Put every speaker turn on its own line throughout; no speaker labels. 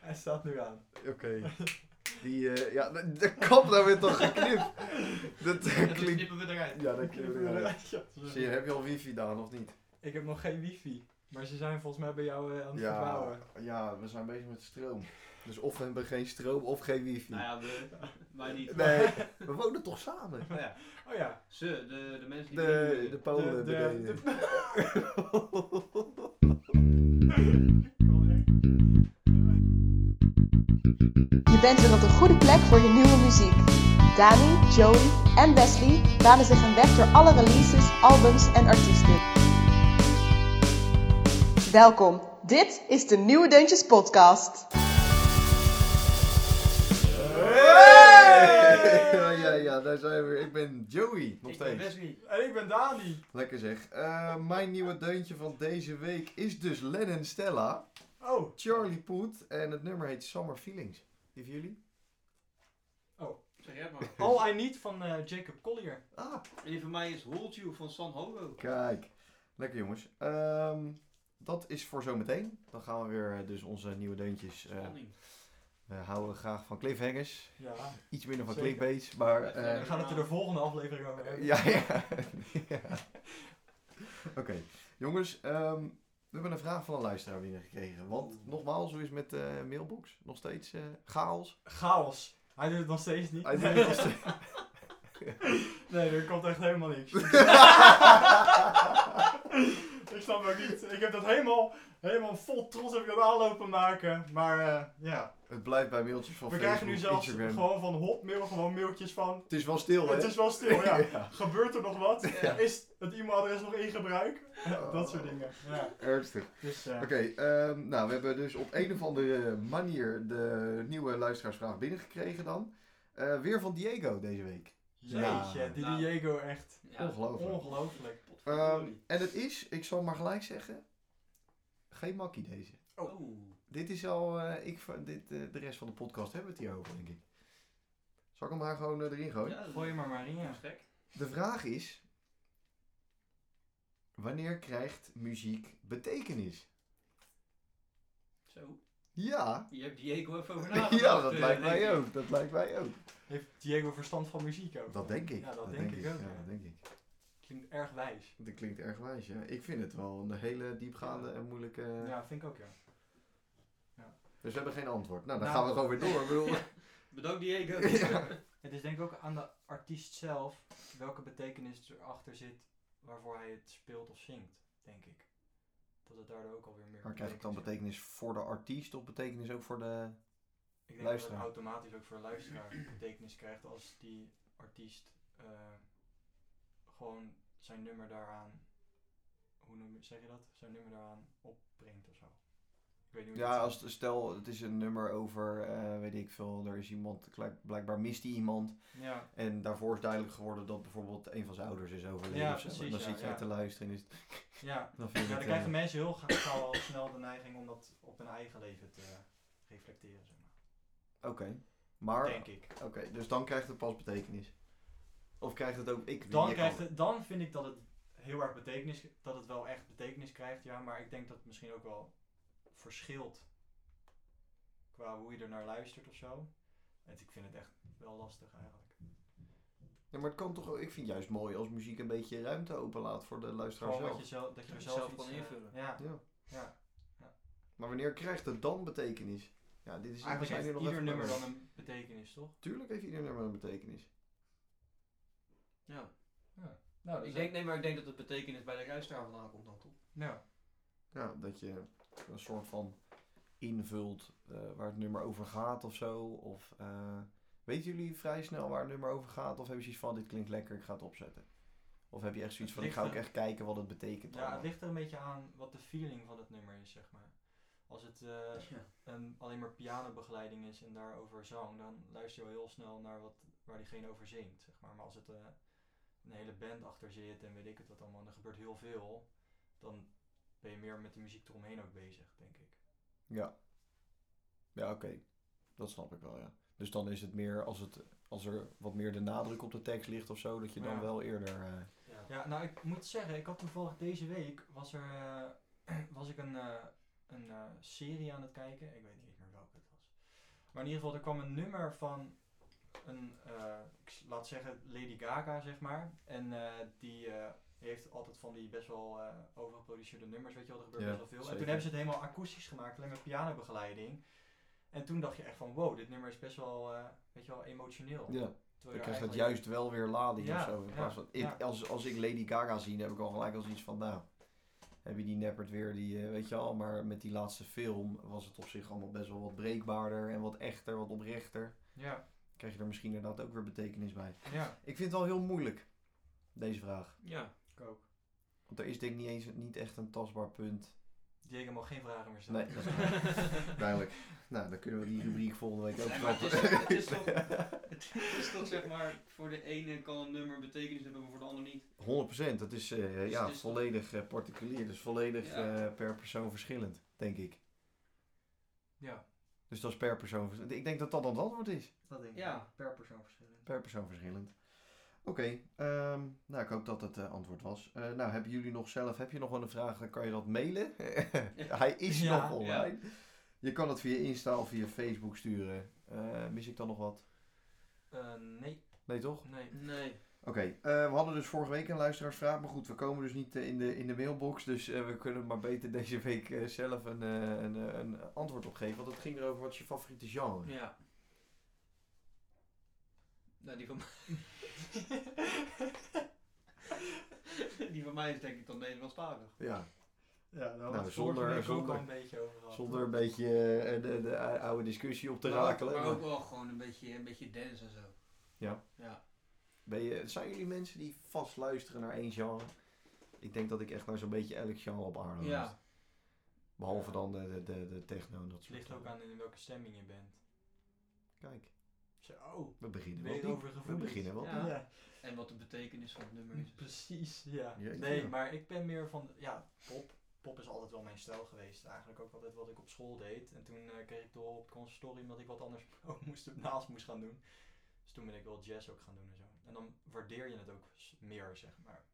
Hij staat nu aan.
Oké. Die, eh, ja, de, de kap daar weer toch geknipt. Dat eh,
dat
klinkt...
knippen we eruit.
Ja, dat klinkt weer uit.
Ja,
Zie je, heb je al wifi dan, of niet?
Ik heb nog geen wifi. Maar ze zijn volgens mij bij jou eh, aan het verbouwen.
Ja, ja, we zijn bezig met stroom. Dus of we hebben geen stroom, of geen wifi.
Nou ja, we, wij niet.
Nee, we wonen toch samen?
Nou ja,
Oh ja.
ze, de, de mensen die...
De, de
De,
Polen
de,
beneden.
de,
Je bent weer op de goede plek voor je nieuwe muziek. Dani, Joey en Wesley banen zich een weg door alle releases, albums en artiesten. Welkom, dit is de Nieuwe Deuntjes Podcast.
Hey!
Ja, ja, ja, daar zijn we weer. Ik ben Joey, nog
Ik ben
steeds.
Wesley.
En ik ben Dani.
Lekker zeg. Eh, mijn nieuwe deuntje van deze week is dus Lennon Stella,
Oh.
Charlie Poet en het nummer heet Summer Feelings. Die van jullie?
Zeg jij het maar.
All I Need van eh, Jacob Collier.
Ah,
En die van mij is Hold You van San Hogo.
kijk. Lekker jongens. Ehm, dat is voor zometeen. Dan gaan we weer eh, dus onze nieuwe deuntjes. eh,
Spanning.
we houden graag van cliffhangers.
Ja.
Iets minder van
Zeker.
clickbaits, maar... eh,
We gaan het er de volgende aflevering over hebben.
Ja, ja. Ja. Oké, jongens, ehm, we hebben een vraag van een luisteraar binnengekregen. Want nogmaals, hoe is het met de mailbox? Nog steeds eh, chaos?
Chaos. Hij doet het nog steeds niet.
Hij doet
nee,
het nog steeds-
er komt echt helemaal niks. ik snap ook niet. Ik heb dat helemaal, helemaal vol trots heb ik dat aanlopen maken. Maar eh, ja,
het blijft bij mailtjes van
we
Facebook,
krijgen nu zelfs
Instagram.
gewoon van hotmail gewoon mailtjes van...
Het is wel stil, hè?
Het is wel stil, ja.
Ja.
Gebeurt er nog wat?
Ja.
Is het e-mailadres nog in gebruik?
Oh.
Dat soort dingen. Ja.
Ernstig.
Dus, eh,
Oké, ehm, nou, we hebben dus op een of andere manier de nieuwe luisteraarsvraag binnengekregen dan. Eh, weer van Diego deze week.
Jeetje,
Ja.
die
Nou.
Diego echt
Ja,
Ongelooflijk.
Oh, ongelooflijk.
Ehm,
potverdorie.
en het is, ik zal maar gelijk zeggen, geen makkie deze.
oh.
Oh.
Dit is al, eh, ik, ver- dit, eh, de rest van de podcast hebben we het hier over, denk ik. Zal ik hem maar gewoon eh, erin gooien?
Ja,
Gooi je maar maar in,
dat
ja.
is gek.
De vraag is, wanneer krijgt muziek betekenis?
Zo.
Ja,
Je hebt Diego even over nagedacht.
ja dat
eh,
lijkt
denk
mij
ik.
ook, dat lijkt mij ook.
Heeft Diego verstand van muziek ook?
Dat denk ik.
Ja, dat denk ik ook,
Ja,
ja.
dat denk ik.
Klinkt erg wijs.
Dat klinkt erg wijs, ja. Ik vind het wel een hele diepgaande en moeilijke...
Ja, vind ik ook, ja.
Dus we hebben geen antwoord. Nou, dan
Nou.
gaan we gewoon weer door. Ik bedoel,
Bedankt Diego.
Ja.
Het is denk ik ook aan de artiest zelf welke betekenis erachter zit waarvoor hij het speelt of zingt, denk ik. Dat het daardoor ook alweer meer.
Maar krijgt het dan
betekenis
betekenis voor de artiest of betekenis ook voor de...
heeft. Ik denk
luisteraar?
dat het automatisch ook voor de luisteraar betekenis krijgt als die artiest eh, gewoon zijn nummer daaraan. Hoe noem je, zeg je dat? Zijn nummer daaraan opbrengt of zo. Ik weet niet hoe je
Ja,
dat
als het- stel, het is een nummer over, eh, weet ik veel, er is iemand, klijk- blijkbaar mist hij iemand.
Ja,
En daarvoor is duidelijk geworden dat bijvoorbeeld een van zijn ouders is overleden.
Ja,
of zo. En
precies,
dan
ja,
zit jij
ja.
te luisteren en is het-
ja.
dan vind
ja
je
dan
het,
krijgen
eh,
mensen heel ga- gauw al snel de neiging om dat op hun eigen leven te eh, reflecteren, zeg maar.
Oké, maar,
Denk ik.
oké, dus dan krijgt het pas betekenis. Of krijgt het ook, ik
Dan,
je
krijgt
kan-
het, dan vind ik dat het heel erg betekenis, dat het wel echt betekenis krijgt, ja, maar ik denk dat het misschien ook wel verschilt qua hoe je er naar luistert of zo. Want ik vind het echt wel lastig eigenlijk.
Ja, maar het kan toch, ik vind het juist mooi als muziek een beetje ruimte openlaat voor de luisteraar
Gewoon
zelf.
wat je zelf, dat je er
Dat je
zelf,
zelf
iets,
kan
eh,
invullen. Dus
ja,
Ja.
ja.
Maar wanneer krijgt het dan betekenis? Ja, dit is we
Eigenlijk
Dus zijn hier
heeft
nog
ieder
even bij
nummer
bij.
dan een betekenis, toch?
Tuurlijk heeft ieder nummer een betekenis.
Ja.
Nou,
Ik denk, nee, maar ik denk dat het betekenis bij de luisteraar vandaan komt dan toch?
Ja.
Ja, dat je een soort van invult eh, waar het nummer over gaat of zo. Of eh, weten jullie vrij snel waar het nummer over gaat? Of hebben ze iets van dit klinkt lekker, ik ga het opzetten? Of heb je echt zoiets
Het
van ik ga
ligt
ook
er-
echt kijken wat het betekent?
ja,
allemaal?
het ligt er een beetje aan wat de feeling van het nummer is, zeg maar. Als het eh,
Ja.
een, alleen maar pianobegeleiding is en daarover zang, dan luister je wel heel snel naar wat, waar diegene over zingt. Zeg maar. maar als het eh, een hele band achter zit en weet ik het wat allemaal, en er gebeurt heel veel, dan ben je meer met de muziek eromheen ook bezig, denk ik.
Ja, ja oké. Dat snap ik wel, ja. Dus dan is het meer als, het, als er wat meer de nadruk op de tekst ligt of zo, dat je dan
Ja.
wel eerder... eh,
Ja.
Ja, nou ik moet zeggen, ik had toevallig deze week was er eh, was ik een, eh, een eh, serie aan het kijken. Ik weet niet meer welke welke het was. Maar in ieder geval, er kwam een nummer van een, eh, ik s- laat zeggen, Lady Gaga, zeg maar. En eh, die eh, heeft altijd van die best wel eh, overgeproduceerde nummers, weet je wel, er gebeurt
Ja,
best wel veel. En
zeker.
toen hebben ze het helemaal akoestisch gemaakt, alleen met pianobegeleiding. En toen dacht je echt van, wow, dit nummer is best wel, eh, weet je wel, emotioneel.
Ja,
Terwijl
dan
je
krijgt dat
eigenlijk-
juist wel weer lading
Ja,
of zo. in
ja,
plaats van- ik,
ja.
als, als ik Lady Gaga zie, dan heb ik al gelijk als iets van, nou, heb je die neppert weer, die, eh, weet je al. Maar met die laatste film was het op zich allemaal best wel wat breekbaarder en wat echter, wat oprechter.
Ja,
Krijg je er misschien inderdaad ook weer betekenis bij.
ja,
Ik vind het wel heel moeilijk, deze vraag.
Ja.
ik ook.
Want er is denk ik niet, eens, niet echt een tastbaar punt.
Diego mag geen vragen meer stellen.
Nee, dat is waar. Duidelijk. Nou, dan kunnen we die rubriek volgende week ook
Nee, maar het is-
schrappen.
het is toch- Het is toch zeg maar, voor de ene kan een nummer betekenis hebben, maar voor de ander niet.
100%, dat is eh,
Dus
ja,
het is toch-
volledig eh, particulier. Dus volledig
Ja.
eh, per persoon verschillend, denk ik.
Ja,
Dus dat is per persoon verschillend. Ik denk dat dat dan het antwoord is.
dat denk ik.
Ja.
Per persoon verschillend.
Per persoon verschillend. Oké, ehm, nou ik hoop dat het eh, antwoord was. Eh, nou, hebben jullie nog zelf, heb je nog wel een vraag, dan kan je dat mailen. Hij is
Ja,
nog online. Je kan het via Insta of via Facebook sturen. Eh, mis ik dan nog wat?
Eh, nee,
Nee toch?
nee.
Nee.
Oké, eh, we hadden dus vorige week een luisteraarsvraag, maar goed, we komen dus niet eh, in, de, in de mailbox, dus eh, we kunnen maar beter deze week eh, zelf een, eh, een, eh, een antwoord op geven, want het ging erover wat is je favoriete genre.
Ja. Nou, die van mij. die van mij is denk ik dan Nederlandstalig.
Ja,
Ja, daar
Nou,
nou,
zonder-
zonder, week ook
zonder-
al een beetje over gehad.
zonder een beetje eh, de, de oude discussie op te
Maar ook-
rakelen.
Maar
maar-
ook wel gewoon een beetje, een beetje dance en zo.
Ja.
Ja.
Ben je, zijn jullie mensen die vast luisteren naar één genre? Ik denk dat ik echt naar zo'n beetje elk genre op aarde luister.
ja.
Behalve dan de, de, de, de techno en dat
Het
soort
ligt ook
dingen.
aan in welke stemming je bent.
Kijk,
Zo,
we beginnen wel
weer
diep.
over
We
gevoel.
beginnen wel
Ja.
diep.
Ja,
En wat de betekenis van het nummer is.
precies, ja.
Ja, ik-
Nee,
ja.
maar ik ben meer van, ja, pop. Pop is altijd wel mijn stijl geweest. Eigenlijk ook altijd wat ik op school deed. En toen eh, kreeg ik door op het conservatorium dat ik wat anders ook moest, naast moest gaan doen. Dus toen ben ik wel jazz ook gaan doen en zo. En dan waardeer je het ook s- meer, zeg maar.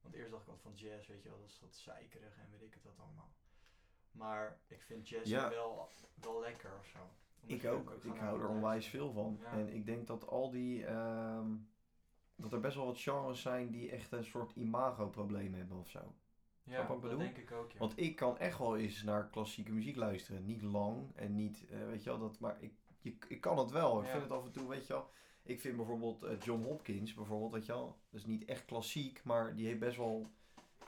Want eerst dacht ik altijd van jazz, weet je wel, dat is wat zeikerig en weet ik het wat allemaal. Maar ik vind jazz
Ja.
wel, wel lekker of zo. Omdat
Ik
je
ook.
gaan
Ik hou er
luisteren.
onwijs veel van.
Ja.
En ik denk dat al die... ehm, dat er best wel wat genres zijn die echt een soort imago-probleem hebben of zo.
Ja,
Snap wat
dat
ik bedoel?
denk ik ook, ja.
Want ik kan echt wel eens naar klassieke muziek luisteren. Niet lang en niet, eh, weet je wel, dat, maar ik, je, ik kan het wel. Ik
Ja.
vind het af en toe, weet je wel. Ik vind bijvoorbeeld eh, John Hopkins, bijvoorbeeld, weet je wel. Dat is niet echt klassiek, maar die heeft best wel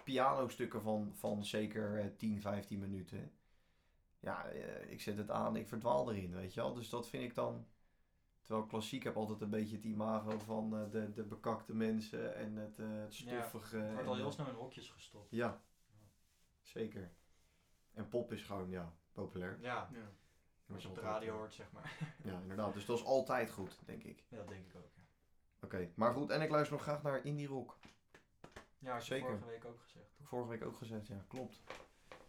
pianostukken van, van zeker eh, 10, 15 minuten. Ja, eh, ik zet het aan, ik verdwaal erin, weet je wel. Dus dat vind ik dan... Terwijl klassiek heb altijd een beetje het imago van eh, de, de bekakte mensen en het, eh, het
Ja,
stoffige.
Het wordt
en,
al
eh,
heel snel in hokjes gestopt.
ja, zeker. En pop is gewoon, ja, populair.
Ja,
Ja.
als je op de
Altijd,
radio
ja.
hoort, zeg maar.
Ja, inderdaad. Dus dat is altijd goed, denk ik.
eh, Ja, dat denk ik ook. Ja,
Oké, maar goed. En ik luister nog graag naar indie rock.
ja had je
Zeker.
vorige week ook gezegd.
Heb ik vorige week ook gezet, ja, klopt.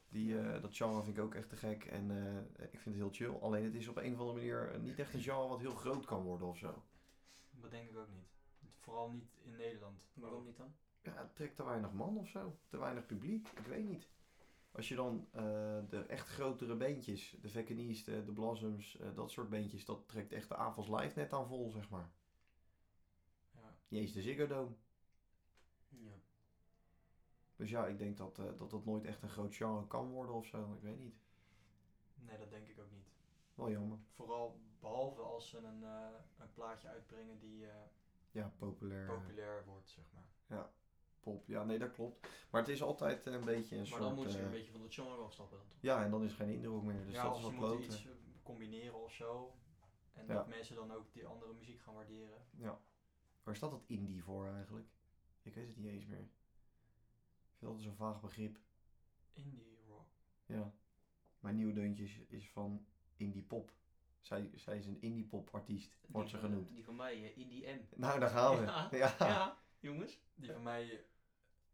Die, eh, dat genre vind ik ook echt te gek en eh, ik vind het heel chill. Alleen het is op een of andere manier eh, niet echt een genre wat heel groot kan worden of zo.
Dat denk ik ook niet. Vooral niet in Nederland.
Waarom niet dan?
Ja, het trekt te weinig man of zo. Te weinig publiek, ik weet niet. Als je dan eh, de echt grotere bandjes, de Vacanies, de, de Blossoms, eh, dat soort bandjes, dat trekt echt de avonds live net aan vol, zeg maar.
Ja.
Niet eens de Ziggo Dome.
Ja.
Dus ja, ik denk dat, eh, dat dat nooit echt een groot genre kan worden of zo. Ik weet niet.
Nee, dat denk ik ook niet.
Wel jammer.
Vooral behalve als ze een, eh, een plaatje uitbrengen die eh,
Ja, populair. eh,
populair wordt, zeg maar.
Pop. Ja, nee, dat klopt. Maar het is altijd een beetje een
Maar
soort...
dan moet je
eh,
een beetje van het genre afstappen dan toch?
Ja, en dan is er geen indruk meer. Dus
ja,
dat
als
is
ze
wel
moeten
kloten.
iets eh, combineren of zo. En
Ja.
dat mensen dan ook die andere muziek gaan waarderen.
Waar staat dat indie voor eigenlijk? Ik weet het niet eens meer. Ik vind dat zo'n vaag begrip.
Indie rock.
Ja. Mijn nieuwe deuntjes is van indie pop. Zij, zij is een indie pop artiest,
Die
wordt ze
van-
genoemd.
Die van mij, eh, Indie M.
Nou, daar gaan we. Ja.
Ja. Ja, jongens.
Die van mij... eh,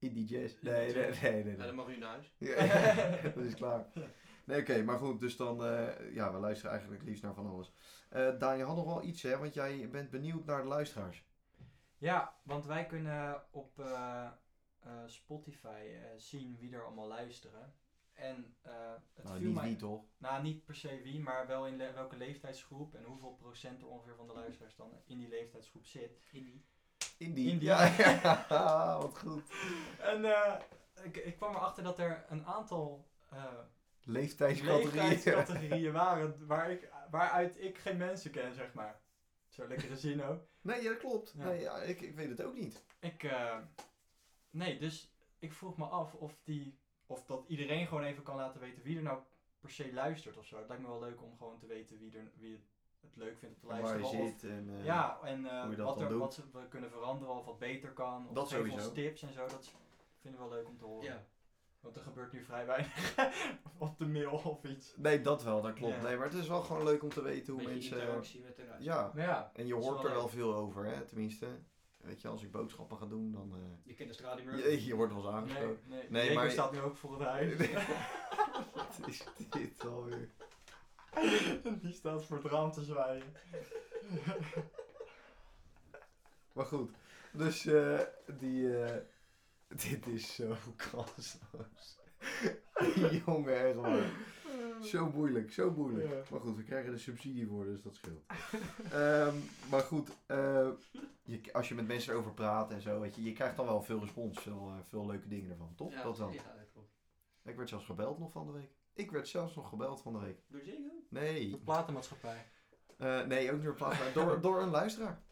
Indie jazz.
Indie
Nee, nee,
jazz.
nee, nee.
Ja,
nee.
dan mag u naar huis.
Ja, dat is klaar. Nee, oké, maar goed, dus dan, eh, ja, we luisteren eigenlijk liefst naar van alles. Eh Daan, je had nog wel iets, hè, want jij bent benieuwd naar de luisteraars.
Ja, want wij kunnen op eh, eh, Spotify eh, zien wie er allemaal luisteren. En eh, het
Nou,
viel
niet
mij...
wie toch?
Nou, niet per se wie, maar wel in le- welke leeftijdsgroep en hoeveel procent er ongeveer van de luisteraars dan in die leeftijdsgroep zit.
Indie.
Indie.
Indie.
Ja, ja, wat goed.
En eh, ik, ik kwam erachter dat er een aantal eh
Leeftijdscategorieën.
leeftijdscategorieën waren waar ik, waaruit ik geen mensen ken, zeg maar. Zo lekkere zin ook.
Nee, ja, dat klopt.
Ja.
Nee, ja, ik, ik weet het ook niet.
Ik, eh, nee, dus ik vroeg me af of, die, of dat iedereen gewoon even kan laten weten wie er nou per se luistert of zo. Het lijkt me wel leuk om gewoon te weten wie, er, wie het, het leuk vindt om te
Waar
luisteren.
je
of-
zit en... eh,
ja, en eh,
hoe je dat
wat,
dan
er,
doet.
wat ze- we kunnen veranderen of wat beter kan. Of
Dat
geef ons
sowieso.
tips en zo. Dat is- vinden we wel leuk om te horen.
Ja.
Want er gebeurt nu vrij weinig op de mail of iets.
Nee, dat wel, dat klopt.
Ja.
Nee, maar het is wel gewoon leuk om te weten hoe
Beetje
mensen... eh,
interactie met de ruimte.
Ja,
Maar Nou ja,
en je
Dat is
hoort
wel
er wel
leuk.
veel over, hè, tenminste. Weet je, als ik boodschappen ga doen, dan... eh,
Je kent de straat niet meer.
je, je wordt wel eens aangesproken.
nee, nee,
Nee,
Jacob
maar-
staat nu ook voor het huis.
Wat is dit alweer?
Die staat voor het raam te zwaaien.
Maar goed, dus eh, die... eh, dit is zo kansloos. Jongen, echt waar. Zo moeilijk, zo moeilijk.
Ja.
Maar goed, we krijgen er subsidie voor, dus dat scheelt. Ehm, maar goed, eh, je, als je met mensen erover praat en zo, weet je, je krijgt dan wel veel respons, veel, eh, veel leuke dingen ervan, toch?
Ja,
dat wel.
Ja, dat klopt.
Ik werd zelfs gebeld nog van de week. Ik werd zelfs nog gebeld van de week.
Door Jacob?
Nee.
De platenmaatschappij.
Eh, nee, ook door, plaats, door, door een luisteraar. Ja,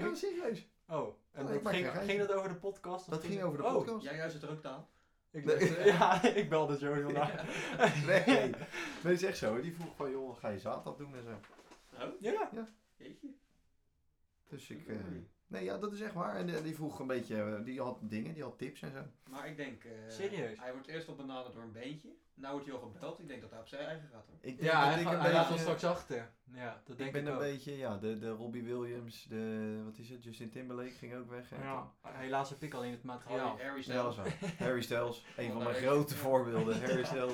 Serieus?
serieus.
Oh, en
Nee, ik
dat
maak geen
ging,
geintje.
ging dat over de podcast? of
Dat ging over de
Oh,
podcast.
Jij juist het er ook taal.
ik
Nee.
dacht, ja, ik belde Joey vandaag.
Nee, nee. Nee, is echt zo. Die vroeg van, joh, ga je zaterdag doen en zo.
Oh,
Ja.
jeetje.
Dus
Dat
ik...
doen we
eh,
niet.
nee, ja, dat is echt waar. En eh, die vroeg een beetje... eh, die had dingen, die had tips en zo.
Maar ik denk... eh,
Serieus?
Hij wordt eerst op benaderd door een beentje. Nou wordt hij al gebeld. Ik denk dat hij op zijn eigen gaat hoor.
Ik denk
Ja,
dat
hij,
ik
ga-
een
hij laat ons
beetje-
straks achter. Ja, dat
Ik
denk ik,
ben een
ook.
beetje, ja, de, de Robbie Williams, de, wat is het, Justin Timberlake ging ook weg. En
Ja, helaas heb ik alleen het materiaal.
Oh, die Harry
toen- Ja, dat
Styles.
is waar. Harry Styles, een van mijn
Leuk.
grote voorbeelden, Harry Styles.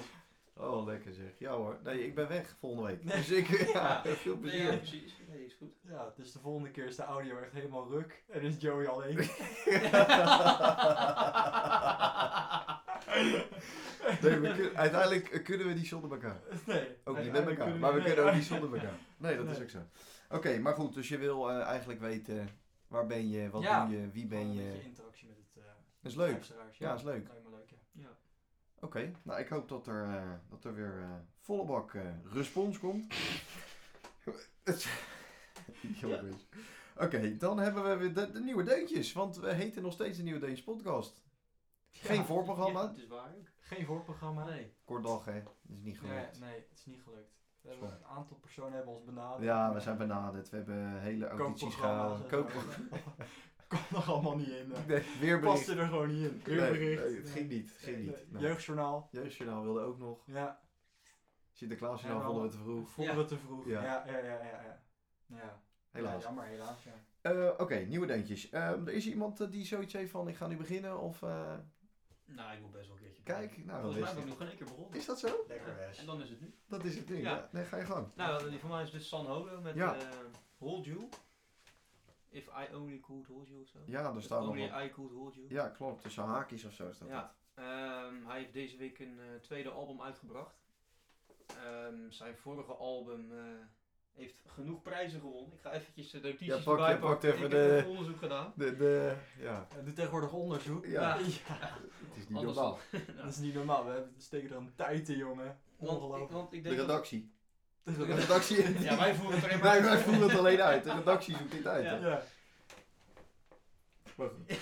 Oh, lekker zeg. Ja hoor, nee, ik ben weg volgende week. Dus ik, ja, veel
Nee, ja,
plezier.
precies. Nee, is goed.
Ja, dus de volgende keer is de audio echt helemaal ruk en is Joey alleen.
Nee, we kun- uiteindelijk eh, kunnen we die zonder elkaar.
Nee.
Ook
uiteindelijk
niet met
kunnen
elkaar, maar we
nee.
kunnen ook niet zonder elkaar. Nee, dat is
Nee.
ook zo. Oké, maar goed, dus je wil eh, eigenlijk weten, waar ben je, wat
Ja.
doe je, wie ben
Gewoon Een
je.
beetje interactie met het eh
Dat is leuk.
luisteraars.
Ja, is leuk.
Lijkt me leuk, ja.
Ja.
Oké, nou ik hoop dat er, eh, dat er weer eh, volle bak eh, respons komt. Het- Jongens. Oké, dan hebben we weer de, de nieuwe deuntjes, want we heten nog steeds de Nieuwe Deuntjes podcast. Geen
Ja,
voorprogramma.
Ja, dat is waar ook.
Geen voorprogramma.
Nee.
Kort dag hè, dat is niet
Nee,
gelukt.
nee, het is niet gelukt. We
Sorry.
hebben een aantal personen hebben ons benaderd.
Ja, we zijn benaderd, we hebben hele audities gehaald. Koop...
Kom nog allemaal niet in. eh.
Nee, weer bericht.
Paste er gewoon niet in.
Nee,
Weer bericht.
nee, het ging niet, het ging
Nee,
niet.
nee.
Nee.
Jeugdjournaal.
Jeugdjournaal wilde ook nog.
Ja.
Sinterklaasjournaal
En wel-
vonden we te vroeg.
Vonden
Ja.
we te vroeg.
Ja.
Ja, ja, ja, ja. ja. ja.
Helaas.
Ja, jammer, helaas. Ja.
Eh, Oké, nieuwe deuntjes. Ehm, er is iemand eh, die zoiets heeft van, ik ga nu beginnen of... eh,
Nou, ik moet best wel een keertje.
Kijk, nou,
Volgens mij
dat
ben ik
is-
nog geen één keer begonnen.
is dat zo?
Lekker
En dan is het nu.
Dat is het ding,
Ja.
ja. Nee, ga je gang.
Nou, die van mij is dus San Holo met
Ja.
eh, Hold You. If I only could hold you of zo.
Ja, er
If
staat nog
only
wat.
I could hold you.
Ja, klopt. Tussen haakjes of zo staat
Ja.
dat.
Ehm, hij heeft deze week een eh, tweede album uitgebracht. Ehm, zijn vorige album eh, heeft genoeg prijzen gewonnen. Ik ga eventjes de notities
Ja, pak-
erbij
pak
pakken.
even
ik
de-
heb even onderzoek gedaan.
De, de, ja.
Eh, Doe tegenwoordig onderzoek.
Ja.
Ja,
Het is niet
Anders
normaal.
Dat is niet normaal. We hebben- steken er een tijd in, jongen.
Want ik,
Ongelooflijk.
want ik
De
denk... dat-
redactie. De
Ja.
redactie.
Ja, wij voeren het alleen maar
Wij, wij voeren het alleen uit. De redactie zoekt dit uit.
Ja.
hè.
Ja.
Maar goed.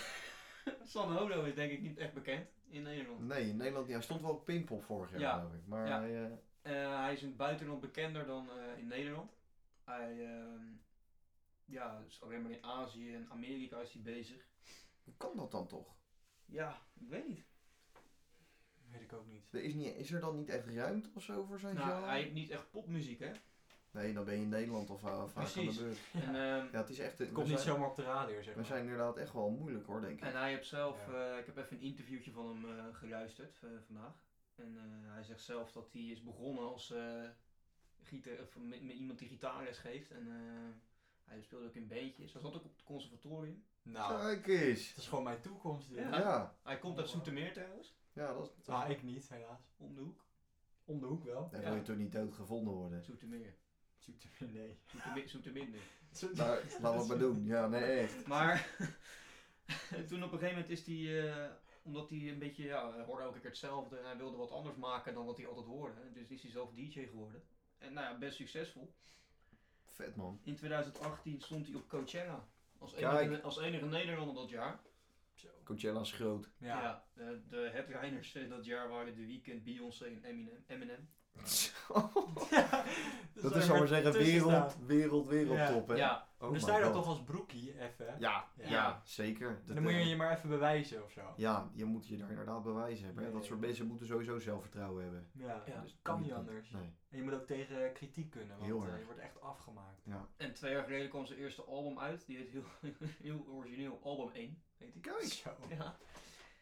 San Holo is denk ik niet echt bekend in Nederland.
Nee, in Nederland ja, hij stond wel op Pinkpop vorig jaar,
Ja.
geloof ik. Maar
Ja.
hij... eh,
Eh, hij is in het buitenland bekender dan eh, in Nederland. Hij ehm, ja, is alleen maar in Azië en Amerika is hij bezig.
hoe kan dat dan toch?
Ja, ik weet niet.
Weet ik ook niet.
Er is, niet, is er dan niet echt ruimte of zo voor zijn
Nou,
genre?
hij heeft niet echt popmuziek, hè?
Nee, dan ben je in Nederland of eh, vaak aan de
Precies.
beurt.
Ja.
En, ehm,
Ja, het is echt...
Het komt
we,
niet
zijn,
zomaar op de radio, zeg maar.
we zijn inderdaad echt wel moeilijk hoor, denk ik.
en hij heeft zelf,
Ja.
eh, ik heb even een interviewtje van hem eh, geluisterd eh, vandaag. En eh, hij zegt zelf dat hij is begonnen als eh, gitaar, of met, met iemand die gitaarles geeft. En eh, hij speelde ook in beentjes. Hij zat ook op het conservatorium.
Nou,
Kijk eens.
het is gewoon mijn toekomst. dit.
Ja.
ja.
Hij komt uit Zoetermeer trouwens.
Ja, dat is...
Ah, ik niet, helaas.
Om de hoek.
Om de hoek wel.
Dan
ja.
wil je toch niet dood gevonden worden.
Zoetermeer.
Zoetermeer, nee.
Zoetermeer, Zoeterminder.
Daar, laten we maar doen. Ja, nee, echt.
Maar toen op een gegeven moment is hij, omdat hij een beetje, ja, hij hoorde elke keer hetzelfde en hij wilde wat anders maken dan wat hij altijd hoorde. Dus is hij zelf DJ geworden. En nou ja, best succesvol.
Vet man.
In 2018 stond hij op Coachella. Als
Kijk.
enige, als enige Nederlander dat jaar.
Zo.
Coachella is groot.
Ja.
de, de headliners eh, dat jaar waren The Weeknd, Beyoncé en Eminem. Eminem.
dat is zal maar zeggen wereld, wereld, wereldtop hè.
Ja,
Oh
dan
my
sta je daar
God.
toch als broekie even. En
Ja,
Ja.
ja. zeker. Dat,
dan moet je
eh,
je maar even bewijzen of zo.
Ja, je moet je daar inderdaad bewijzen hebben. hè.
Nee.
Dat soort mensen moeten sowieso zelfvertrouwen hebben.
Ja,
Ja.
dus
dat
kan
doe
niet
ik
anders.
Nee.
En je moet ook tegen kritiek kunnen, want
Heel
eh,
erg.
je wordt echt afgemaakt.
en twee jaar geleden kwam zijn eerste album uit. Die heet heel, heel origineel Album 1, heet die.
Kijk,
Zo.
Ja.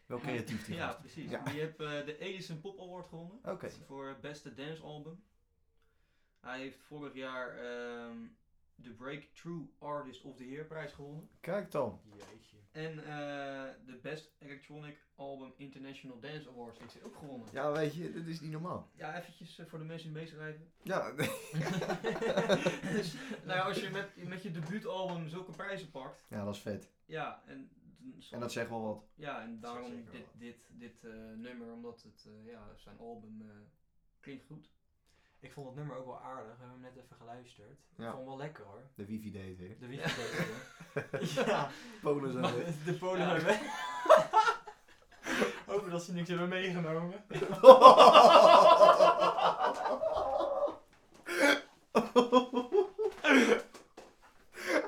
wel creatief die
Ja,
gast.
precies.
Ja.
Die heeft eh, de Edison Pop Award gewonnen
Oké.
voor beste dance album. Hij heeft vorig jaar ehm, de Breakthrough Artist of the Year prijs gewonnen.
Kijk dan.
Jeetje.
En eh, de Best Electronic Album International Dance Award heeft hij ook gewonnen. Ja,
Ja, weet je, dit is niet normaal.
eventjes eh, voor de mensen die meeschrijven.
Ja,
dus, nou ja, als je met, met je debuutalbum zulke prijzen pakt.
ja dat is vet.
Ja, en,
En dat zegt wel wat.
Ja, en
Dat zegt
daarom
zeker
dit,
wat.
dit, dit eh, nummer, omdat het, eh, ja, zijn album eh, klinkt goed.
Ik vond het nummer ook wel aardig. We hebben hem net even geluisterd. Ik
Ja.
vond hem wel lekker hoor.
De wifi deed weer.
De wifi Ja,
Polen zijn weg.
de Polen
Ja.
zijn weg. Ook dat ze niks hebben meegenomen.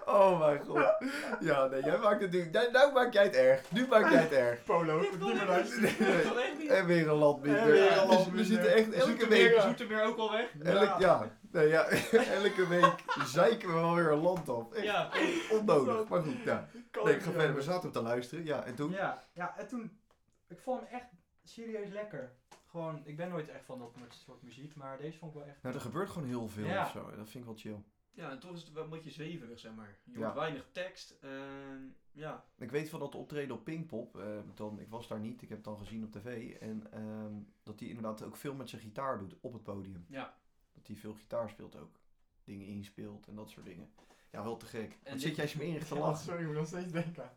Oh mijn god. Ja, nee, jij maakt het nu. jij- Nou maak jij het erg. Nu maak jij het erg.
Polo, ik
kon ik niet.
Nee. En weer een land minder.
En weer een
Ja,
land
dus we
minder.
zitten echt elke
Zoetermeer,
week.
Zoetermeer ook al weg.
Elk, ja, nee, ja, elke week zeiken we wel weer een land af. Echt
Ja.
onnodig. Maar goed, ja. Nee, ik ga verder. We zaten op te luisteren. Ja, en toen?
Ja, ja, en toen... Ik vond hem echt serieus lekker. Gewoon, ik ben nooit echt van dat soort muziek, maar deze vond ik wel echt...
Nou, er gebeurt gewoon heel veel
Ja.
of zo. Dat vind ik wel chill.
Ja, en toch is het wel een beetje zweverig, zeg maar. Je
Ja.
hoort weinig tekst. ehm, ja.
Ik weet van dat optreden op Pinkpop, eh, dan, ik was daar niet, ik heb het dan gezien op tv. En ehm, dat hij inderdaad ook veel met zijn gitaar doet op het podium.
Ja.
Dat hij veel gitaar speelt ook. Dingen inspeelt en dat soort dingen. Ja, wel te gek. Wat
dit-
zit jij smerig te lachen?
sorry, ik moet nog steeds denken aan.